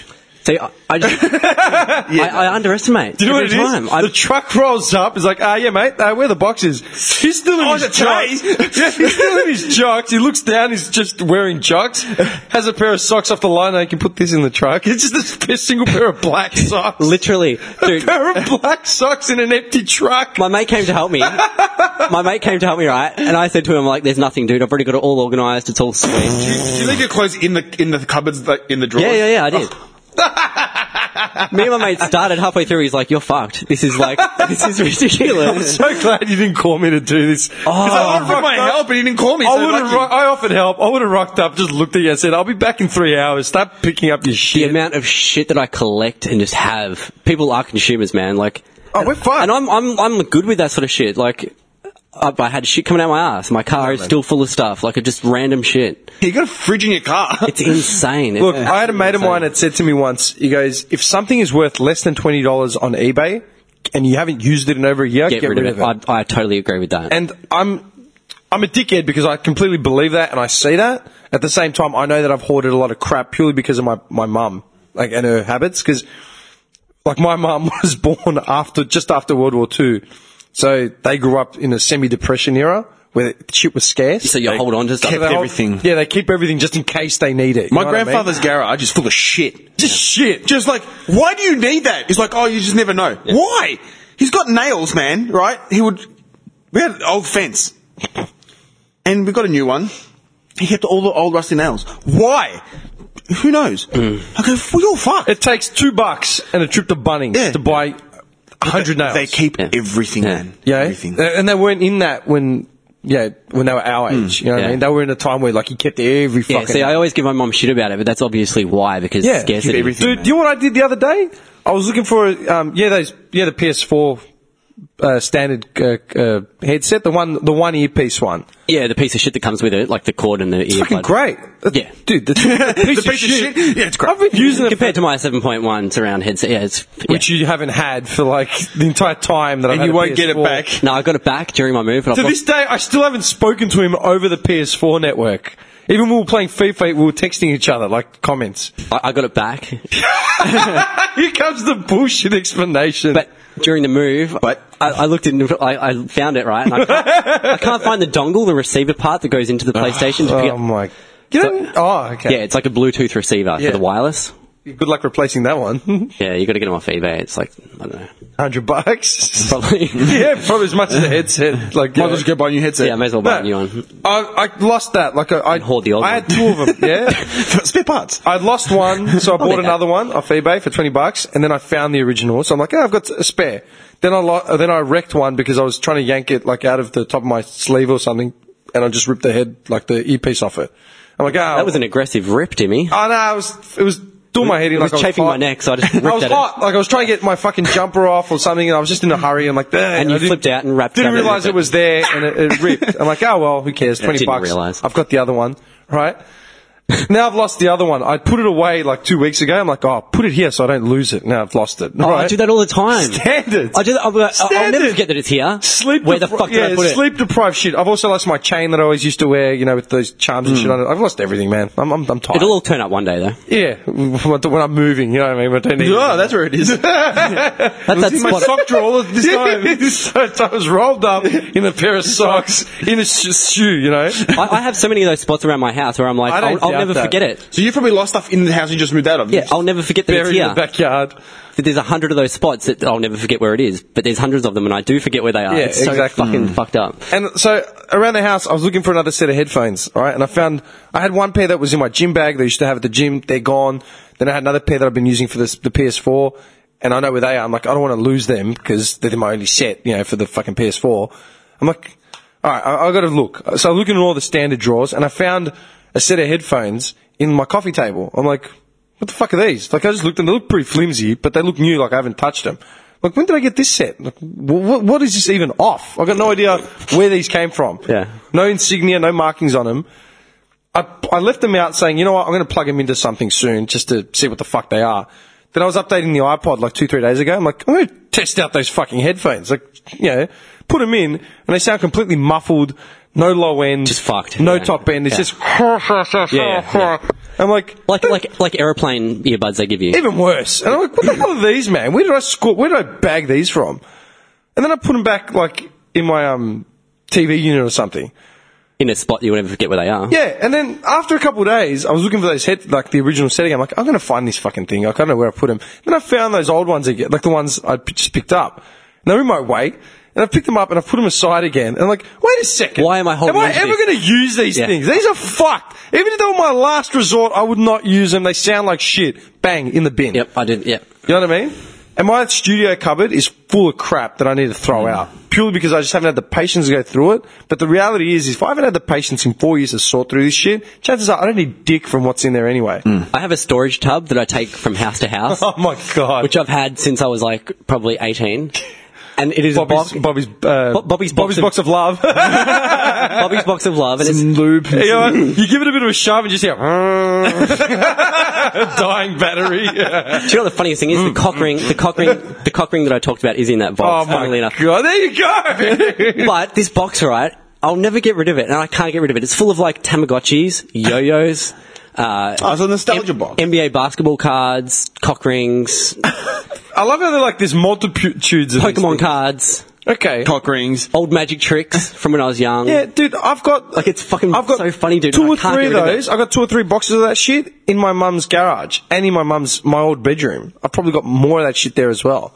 See, I, I just, I, I underestimate. Do you know what every it is? time. I, the truck rolls up. It's like, ah, yeah, mate, uh, where are the boxes? He's still in Oh, his the trays. jocks. yeah, he's still in his jocks. He looks down. He's just wearing jocks. Has a pair of socks off the line. and he can put this in the truck. It's just a, a single pair of black socks. literally, a dude. pair of black socks in an empty truck. My mate came to help me. My mate came to help me, right? And I said to him, like, there's nothing, dude. I've already got it all organised. It's all sweet. Do you, do you leave your clothes in the in the cupboards, like, in the drawer? Yeah, yeah, yeah, I did. me and my mate started halfway through. He's like, you're fucked. This is like, this is ridiculous. so glad you didn't call me to do this. 'Cause I I offered my help and he didn't call me. so would have. lucky. Ro- Oh, I offered help. I would have rocked up, just looked at you, and said, "I'll be back in three hours. Stop picking up your the shit." amount of shit that I collect and just have. People are consumers, man. Like, Oh, we're fine. and I'm, I'm, I'm good with that sort of shit. Like, up, I had shit coming out my ass. My car is still full of stuff, like just random shit. You got a fridge in your car. It's insane. Look, It's- I had a mate of insane. mine that said to me once, he goes, if something is worth less than $20 on eBay and you haven't used it in over a year, get, rid, of it. I, I totally agree with that. and I'm I'm a dickhead because I completely believe that and I see that. At the same time, I know that I've hoarded a lot of crap purely because of my my mum, like and her habits. Because like my mum was born after just after World War Two, so they grew up in a semi depression era where shit was scarce. so you They hold on to stuff. kept They hold- everything. yeah, they keep everything just in case they need it. You My know what I mean? grandfather's garage is full of shit. just shit. Just like, why do you need that? It's like, oh, you just never know. Why? He's got nails, man, right? He would. We had an old fence. And we got a new one. He kept all the old rusty nails. Why? Who knows? Mm. I go, well, you're fucked. It takes two bucks and a trip to Bunnings Yeah. to buy a hundred nails. They keep Yeah. everything, Yeah. man. Yeah, Everything. Uh, and they weren't in that when yeah when they were our Hmm. age. You know what yeah. I mean? They were in a time where like you kept every fucking. yeah, see, I always give my mom shit about it, but that's obviously why because Yeah, scarcity. keep everything. Dude, do you know what I did the other day? I was looking for um, yeah those yeah the PS4 uh, standard uh, uh, headset, the one the one earpiece one. Yeah, the piece of shit that comes with it, like the cord and the ear. Fucking plug. great. Yeah. dude, the, the piece, of, shit. Yeah, it's great. I've been using it for- Compared to my 7.1 surround headset, yeah, it's yeah. which you haven't had for like the entire time that I've And had you a won't get it PS4. back. No, I got it back during my move. And To I this day, I still haven't spoken to him over the PS4 network. Even when we were playing FIFA, we were texting each other like comments. I, I got it back, Here comes the bullshit explanation. but during the move, But- I, I looked in, I, I found it right, and I can't, I can't find the dongle, the receiver part that goes into the PlayStation. to pick oh up- my! You don't- oh, yeah, okay. it's like a Bluetooth receiver Yeah. for the wireless. Good luck replacing that one. Yeah, you got to get them off eBay. It's like I don't know, Hundred bucks. probably. yeah, probably as much as the headset. Like, Might as well just go buy a new headset. yeah, I may as well buy a new one. I, I lost that. Like, I, I Hold the old I one. had two of them. Yeah, Spare parts. I lost one, so I get bought that. another one off eBay for twenty bucks, and then I found the original. So I'm like, oh, I've got a spare. Then I lo- uh, then I wrecked one because I was trying to yank it like out of the top of my sleeve or something, and I just ripped the head like the earpiece off it. I'm like, oh, That was an aggressive rip, Timmy. Oh no, it was it was doing my head in. it was like I chafing hot. my neck, so I just ripped was at it. hot. Like I was trying to get my fucking jumper off or something, and I was just in a hurry. I'm like, "Ugh," And you I didn't- flipped out and wrapped Didn't it up. realize it was there, and it, it ripped. I'm like, oh well, who cares? Twenty didn't bucks. realize. I've got the other one, right? now I've lost the other one. I put it away like two weeks ago. I'm like, oh, put it here so I don't lose it. Now I've lost it. Oh, right? I do that all the time. Standards. I do. That, I'll, be like, I'll- I'll never Standard. forget that it's here. Sleep Where the depri- fuck did yeah, I put it? sleep deprived shit. I've also lost my chain that I always used to wear, you know, with those charms and shit on it. I've lost everything, man. I'm, I'm, I'm tired. Hmm. It'll all turn up one day, though. Yeah, when I'm moving, you know what I mean. I don't need. Oh, that's where it is. That's that in my spot. sock drawer this time. so I was rolled up in a pair of socks in a sh- shoe. You know, I, I have so many of those spots around my house where I'm like, I don't I'll, I'll doubt never that. forget it. so you probably lost stuff in the house and you just moved out of. Yeah, I'll never forget that it's buried in here. the backyard. That There's a hundred of those spots that I'll never forget where it is, but there's hundreds of them, and I do forget where they are. Yeah, it's so exactly. Hmm. fucking fucked up. And so around the house, I was looking for another set of headphones. All right, and I found I had one pair that was in my gym bag that I used to have at the gym. They're gone. Then I had another pair that I've been using for this, the PS4, and I know where they are. I'm like, I don't want to lose them because they're my only set, you know, for the fucking PS4. I'm like, all right, I, I got to look. So I'm looking at all the standard drawers, and I found a set of headphones in my coffee table. I'm like, what the fuck are these? Like, I just looked and they look pretty flimsy, but they look new. Like, I haven't touched them. Like, when did I get this set? Like, what, what is this even off? I got no idea where these came from. Yeah. No insignia, no markings on them. I, I left them out saying, you know what, I'm going to plug them into something soon just to see what the fuck they are. Then I was updating the iPod like two, three days ago. I'm like, I'm going to test out those fucking headphones. Like, you know, put them in and they sound completely muffled, no low end. Just fucked, No yeah. top end. It's Yeah. just. Yeah, yeah, I'm like, Like like like airplane earbuds they give you. even worse. And I'm like, what the hell are these, man? Where did I score? Where did I bag these from? And then I put them back like in my um TV unit or something. in a spot you will never forget where they are. Yeah, and then after a couple of days, I was looking for those head like the original set again. I'm like, I'm gonna find this fucking thing. Like, I don't know where I put them. Then I found those old ones again, like the ones I p- just picked up. And they're in my way. And I picked them up and I put them aside again. And I'm like, wait a second. Why am I holding Am I on to ever this? going to use these Yeah. things? These are fucked. Even if they were my last resort, I would not use them. They sound like shit. Bang in the bin. Yep, I did. Yep. You know what I mean? And my studio cupboard is full of crap that I need to throw out purely because I just haven't had the patience to go through it. But the reality is, is if I haven't had the patience in four years to sort through this shit, chances are I don't need dick from what's in there anyway. I have a storage tub that I take from house to house, Oh my god! which I've had since I was like probably 18. and it is Bobby's, a box, Bobby's, uh, Bo- Bobby's box Bobby's of- box of love. Bobby's box of love, and it's lube. You, know what? You give it a bit of a shove and you just hear dying battery. Do you know what the funniest thing is? The cock ring, the cock ring, the cock ring that I talked about is in that Mm. oh box. my funnily enough. god! There you go. But this box, right? I'll never get rid of it, and I can't get rid of it. It's full of like Tamagotchis, yo-yos, uh, Oh, it's a nostalgia box. NBA basketball cards, cock rings, I love how they're like there's multitudes of these Pokemon things. cards, Okay. Cock rings. old magic tricks from when I was young. Yeah, dude, I've got Like, it's fucking so funny, dude, Two and I or can't three of get rid of it. those. I've got two or three boxes of that shit in my mum's garage and in my mum's my old bedroom. I've probably got more of that shit there as well.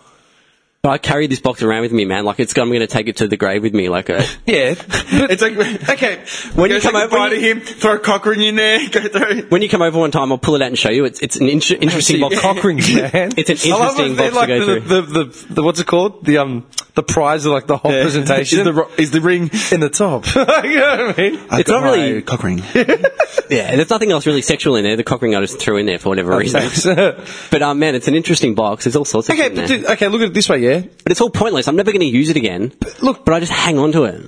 But I carry this box around with me, man. Like it's I'm going to take it to the grave with me. Like uh, a, Yeah, It's like okay. When go you come say over- goodbye when to him, throw a cock ring in there. Go through. when you come over one time, I'll pull it out and show you. It's it's an inter- interesting box. cock rings, man. It's an I love interesting it. They're box like to go the, through. The, the, the, what's it called? The um the prize of like the whole presentation Is the ro- is the ring. in the top. you know what I mean? It's not really- cock ring. Yeah, there's nothing else really sexual in there. The cock ring I just threw in there for whatever reason. okay, But um, man, it's an interesting box. There's all sorts of shit in but there. dude, okay, look at it this way, yeah. but it's all pointless. I'm never going to use it again. But look- but I just hang on to it.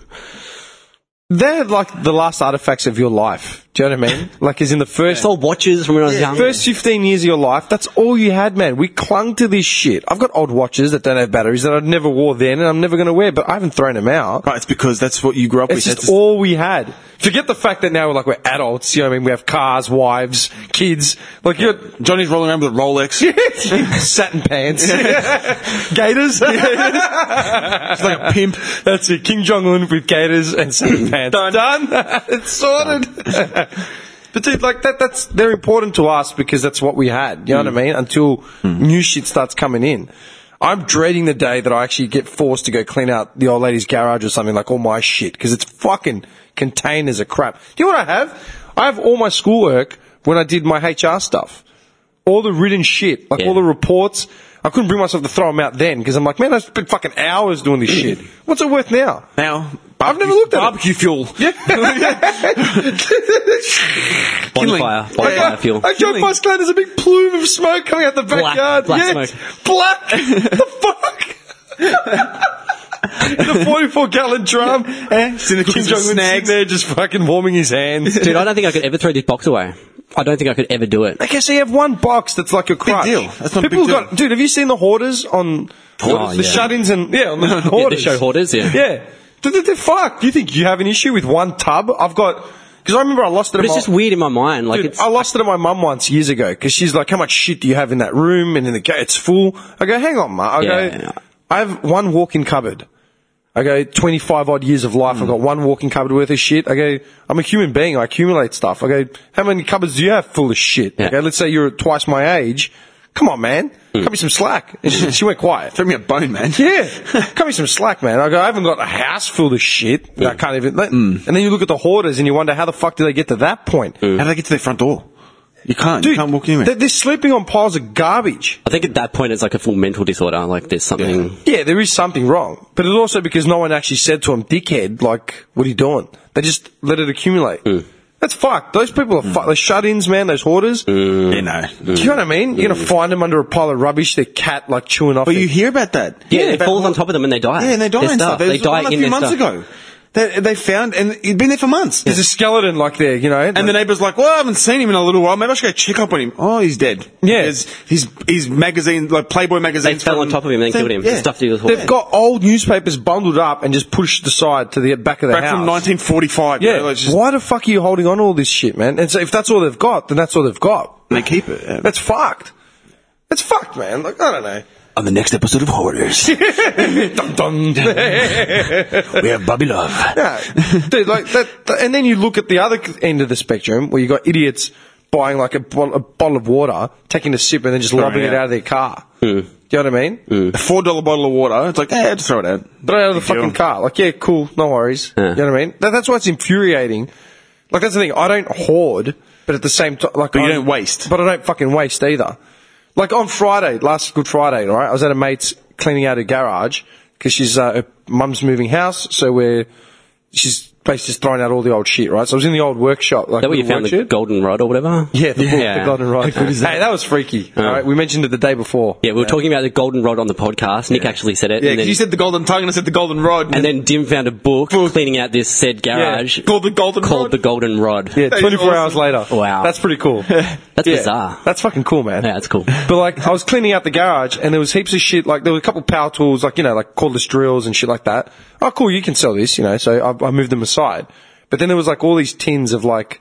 They're like the last artifacts of your life. Do you know what I mean? Like, is in the first It's all watches from when I was young. First 15 years of your life, that's all you had, man. We clung to this shit. I've got old watches that don't have batteries that I never wore then and I'm never going to wear, but I haven't thrown them out. Right, it's because that's what you grew up It's with. just That's- all we had. Forget the fact that now we're like, we're adults, you know what I mean? We have cars, wives, kids. Like, you're Johnny's rolling around with a Rolex. satin pants, gators. It's like a pimp. That's it. Kim Jong Un with gators and satin pants. Done. it's sorted. but dude, like that, that's they're important to us because that's what we had. You know what I mean? Until new shit starts coming in. I'm dreading the day that I actually get forced to go clean out the old lady's garage or something like all my shit because it's fucking containers of crap. Do you know what I have? I have all my schoolwork when I did my HR stuff. All the written shit, like Yeah. all the reports. I couldn't bring myself to throw them out then because I'm like, man, I spent fucking hours doing this shit. What's it worth now? Now, I've never looked at it. barbecue fuel. bonfire, bonfire I, fuel. I go past Glenn, there's a big plume of smoke coming out the Black- backyard. black yeah, smoke. it's Black. the fuck? In a 44 gallon drum. Eh? Cynical Kim Jong Un's sitting snags. there just fucking warming his hands. Dude, I don't think I could ever throw this box away. I don't think I could ever do it. Okay, so you have one box that's like your crutch. deal. That's not a People big got, dude. Have you seen the hoarders on Hoarders? the Oh, yeah. shut-ins and yeah, on the Yeah, hoarders? the show hoarders, yeah. Yeah. Dude, dude, dude, fuck. Do you think you have an issue with one tub? I've got because I remember I lost it. But it's just weird in my mind. Like Dude, it's I lost it to my mum once years ago because she's like, "How much shit do you have in that room?" And in the go, "It's full." I go, "Hang on, ma." I Yeah, go, yeah. "I have one walk-in cupboard." I go, "25 odd years of life. I've got one walk-in cupboard worth of shit." I go, "I'm a human being. I accumulate stuff." I go, "How many cupboards do you have full of shit?" Yeah. Mm. I go, "Let's say you're twice my age. Come on, man. Cut me some slack." And she, she went quiet. Throw me a bone, man. Yeah, cut me some slack, man. I go, I haven't got a house full of shit. that I can't even. Like, Mm. And then you look at the hoarders and you wonder how the fuck do they get to that point? How do they get to their front door? You can't. Dude, you can't walk anywhere. They're, they're sleeping on piles of garbage. I think at that point it's like a full mental disorder. Like there's something. Yeah, there is something wrong. But it's also because no one actually said to him, dickhead, like, what are you doing? They just let it accumulate. Mm. That's fucked. Those people are fucked. Those shut ins, man, those hoarders. you know. Do you know what I mean? You're going to find them under a pile of rubbish, their cat, like, chewing off. Mm. But their- you hear about that. Yeah, it about falls how- on top of them and they die. Yeah, and they die Their and stuff. stuff. They There's die one a in few their months stuff. ago. They, they found, and he'd been there for months. There's a skeleton, like, there, you know? And the neighbour's like, well, I haven't seen him in a little while. Maybe I should go check up on him. Oh, he's dead. Yeah. His, his, his magazine, like Playboy They magazine. fell on top of him and then killed him. Yeah. Stuffed him with They've got old newspapers bundled up and just pushed aside to the back of the Back house. from 1945. yeah, You know, like just, why the fuck are you holding on to all this shit, man? And so if that's all they've got, then that's all they've got. They keep it. yeah. That's fucked. That's fucked, man. Like, I don't know. On the next episode of Hoarders, we have Bobby Love. No, dude, like that, that- and then you look at the other end of the spectrum where you got idiots buying like a, bo- a bottle of water, taking a sip, and then just lobbing it out. Hmm. out of their car. Do you know what I mean? A $4 bottle of water. It's like, eh, just throw it out. Throw it out of the Big deal. fucking car. Like, yeah, cool, no worries. Yeah. You know what I mean? That, that's why it's infuriating. Like, that's the thing. I don't hoard, but at the same time, like, you I- don't waste. But I don't fucking waste either. Like on Friday, last Good Friday, right? I was at a mate's cleaning out her garage because she's uh, her mum's moving house, so we're she's basically just throwing out all the old shit, right? So I was in the old workshop. Like, that where you little found the workshop. golden rod or whatever? Yeah, the, yeah. the golden rod. hey, that was freaky. All right, we mentioned it the day before. Oh. Yeah, we were talking about the golden rod on the podcast. Nick actually said it. Yeah, and 'cause then, you said the golden tongue and I said the golden rod. and then Dim found a book, cleaning out this said garage called the golden called rod. The Golden Rod. Yeah, That is 24 awesome. hours later. Wow. That's pretty cool. That's Yeah. bizarre. That's fucking cool, man. Yeah, that's cool. But like, I was cleaning out the garage, and there was heaps of shit. Like, there were a couple power tools, like you know, like cordless drills and shit like that. Oh, cool, you can sell this, you know. So I, I moved them aside. But then there was like all these tins of like,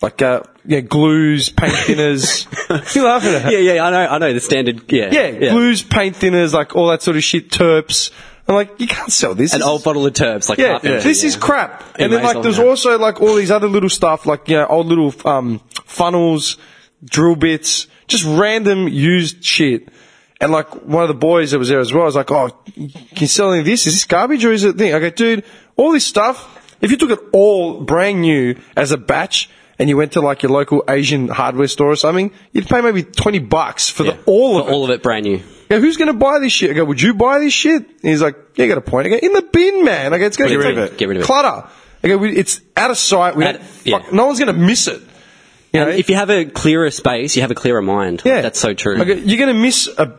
like uh, yeah, glues, paint thinners. you laughing at? Yeah, yeah, I know, I know the standard. Yeah, Yeah, glues, paint thinners, like all that sort of shit, terps. I'm like, you can't sell this. An This old bottle of turps, like yeah, half empty, this yeah. is crap. It and then may as like well there's not. also like all these other little stuff, like you know, old little um, funnels, drill bits, just random used shit. And like one of the boys that was there as well was like, "Oh, can you sell any of this? Is this garbage or is it a thing?" I go, "Dude, all this stuff. If you took it all brand new as a batch." And you went to like your local Asian hardware store or something, you'd pay maybe twenty bucks for the, all of For it. all of it brand new. Yeah, who's going to buy this shit? I go, would you buy this shit? And he's like, yeah, you got a point. I go, in the bin, man. I go, it's going to Get rid of it. Get rid of it. Clutter. I go, we- it's out of sight. We Out- don't, yeah. fuck, no one's going to miss it. You know? And if you have a clearer space, you have a clearer mind. yeah. that's so true. I go, you're going to miss a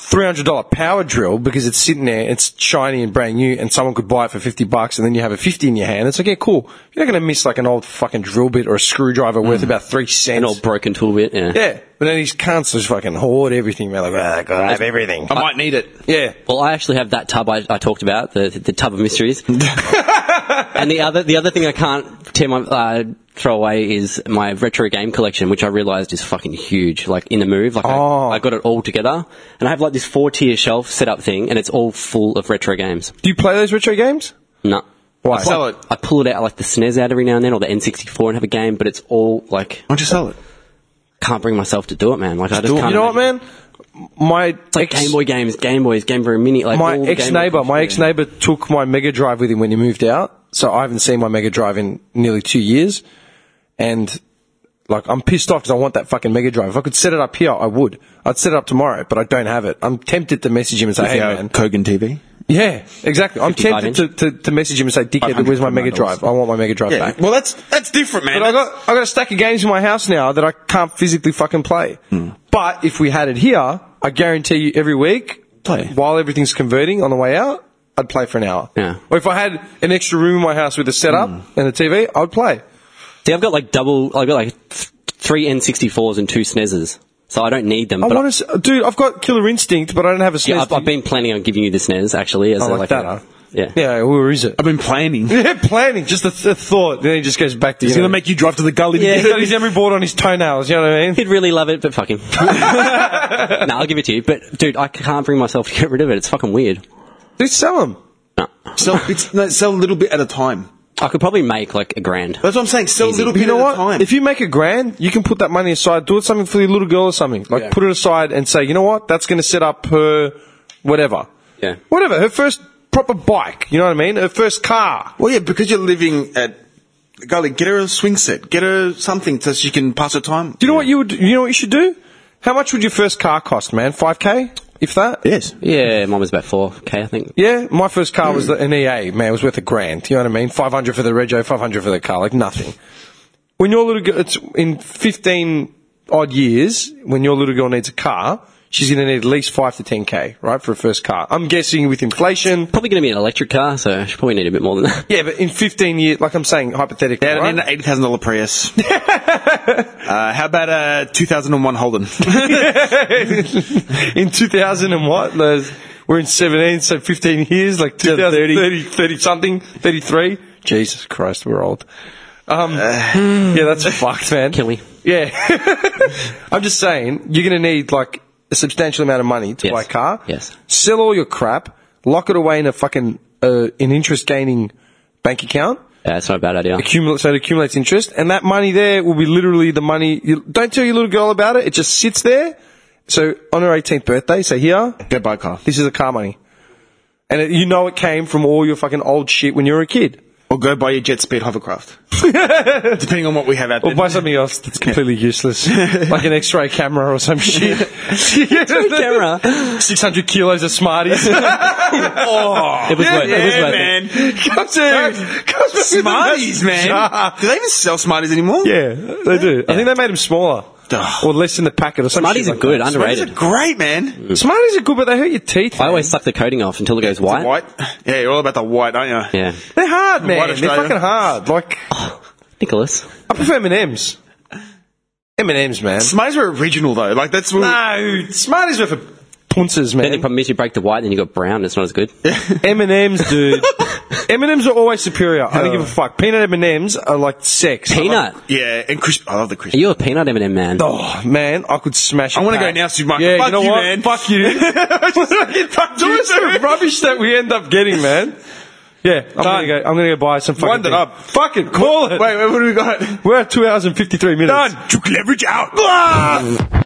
$300 power drill because it's sitting there, it's shiny and brand new, and someone could buy it for 50 bucks, and then you have a 50 in your hand. It's like, yeah, cool. You're not going to miss like an old fucking drill bit or a screwdriver worth about three cents. Hmm. An old broken tool bit. Yeah. yeah. But then these cunts just fucking hoard everything, man. Like, oh, God, I have everything. I might need it. Yeah. Well, I actually have that tub I, I talked about, the the tub of mysteries. and the other the other thing I can't tear my, uh, throw away is my retro game collection, which I realised is fucking huge. Like in the move, like Oh. I, I got it all together, and I have like this four tier shelf setup thing, and it's all full of retro games. Do you play those retro games? No. Why? Sell it. I pull it out like the SNES out every now and then, or the N64, and have a game, but it's all like Why don't you sell it? can't bring myself to do it, man. Like I just can't. You know what, imagine. man? My It's like ex, Game Boy games, Game Boys, Game Boy Mini. Like my all the Game Boy ex neighbor, games. my ex neighbor took my Mega Drive with him when he moved out. So I haven't seen my Mega Drive in nearly two years, and like I'm pissed off because I want that fucking Mega Drive. If I could set it up here, I would. I'd set it up tomorrow, but I don't have it. I'm tempted to message him and say, "Hey, man." Kogan TV. Yeah, exactly. I'm 55 tempted to, to, to message him and say, "Dickhead, 500 where's my Mega dollars. Drive? I want my Mega Drive Yeah. back." Well, that's that's different, man. But I got I got a stack of games in my house now that I can't physically fucking play. Hmm. But if we had it here, I guarantee you every week, Play. while everything's converting on the way out, I'd play for an hour. Yeah. Hmm. Or if I had an extra room in my house with a setup and a TV, I'd play. See, I've got like double. I've got like th- three N64s and two SNESes, so I don't need them. I but want to, dude. I've got Killer Instinct, but I don't have a SNES. yeah, I've, I've been planning on giving you the SNES actually. As I a, like that, a- huh? Yeah. yeah, where is it? I've been planning. He's Yeah, planning. Just the, the thought. Then he just goes back to you. gonna know, make you drive to the gully. Yeah. He's got his emery board on his toenails. You know what I mean? He'd really love it, but fuck him. no, I'll give it to you. But dude, I can't bring myself to get rid of it. It's fucking weird. Dude, sell them. No. Sell, it's, no, sell a little bit at a time. I could probably make like a grand. That's what I'm saying. Sell a little bit you know at what? a time. If you make a grand, you can put that money aside. Do it something for your little girl or something. Like Yeah. put it aside and say, you know what? That's going to set up her whatever. Yeah. Whatever. Her first proper bike. You know what I mean? Her first car. well, yeah, because you're living at the gully. Get her a swing set. Get her something so she can pass her time. Do you know what you would? You know what you should do? How much would your first car cost, man? Five k, if that. Yes. Yeah, mine was about four k, I think. Yeah, my first car Hmm. was the, an EA, man. It was worth a grand. You know what I mean? 500 for the Rego, 500 for the car, like nothing. When your little girl, it's in 15 odd years, when your little girl needs a car, she's going to need at least 5 to 10K, right, for a first car. I'm guessing with inflation. Probably going to be an electric car, so I should probably need a bit more than that. Yeah, but in 15 years, like I'm saying, hypothetically. Yeah, right? and an eighty thousand dollar Prius. uh, how about a two thousand and one Holden? in 2000 and what? Those- We're in 17, so 15 years, like 2030, 30, something, 33. Jesus Christ, we're old. Um, yeah, that's fucked, man. Can we? Yeah. I'm just saying, you're going to need like a substantial amount of money to Yes. buy a car. Yes. Sell all your crap, lock it away in a fucking, uh, an interest gaining bank account Yeah, that's not a bad idea. accumulate, so it accumulates interest, and that money there will be literally the money. You, don't tell your little girl about it; it just sits there. So on her 18th birthday, say here, Go buy a car. this is the car money, and it, you know it came from all your fucking old shit when you were a kid. Or go buy your jet speed hovercraft. Depending on what we have out there. Or buy something else that's completely useless, like an X-ray camera or some shit. camera. Six hundred kilos of Smarties. Oh. It was worth it. was worth it. man. comes in, comes with the Smarties, best- man. Do they even sell Smarties anymore? Yeah, they do. I think they made them smaller Ugh. or less in the packet or something. Smarties are good, Smarties are underrated. great, man. Smarties are good, but they hurt your teeth. I man. always suck the coating off until it goes white. White. Yeah, you're all about the white, aren't you? Yeah. They're hard, man. They're Australia. fucking hard. Like Nicholas. I prefer M and M's. M and M's, man. Smarties were original though. Like that's what No, Smarties are for punces, Then the man. problem is you break the white and you got brown. It's not as good. M and M's, dude. M and M's are always superior. I don't give a fuck. Peanut M and M's are like sex. Peanut. Yeah, and crisp. I love the Are crisp. you a peanut M&M man? Oh man, I could smash. I wanna go now, Supermarket. Yeah, Fuck you know you, what? man. Fuck you. Fuck you. the rubbish that we end up getting, man. Yeah, I'm gonna go. I'm gonna go buy some fucking. Wind it thing. up. Fucking call it. Wait, wait, what do we got? We're at two hours and fifty three minutes. Done. Leverage out.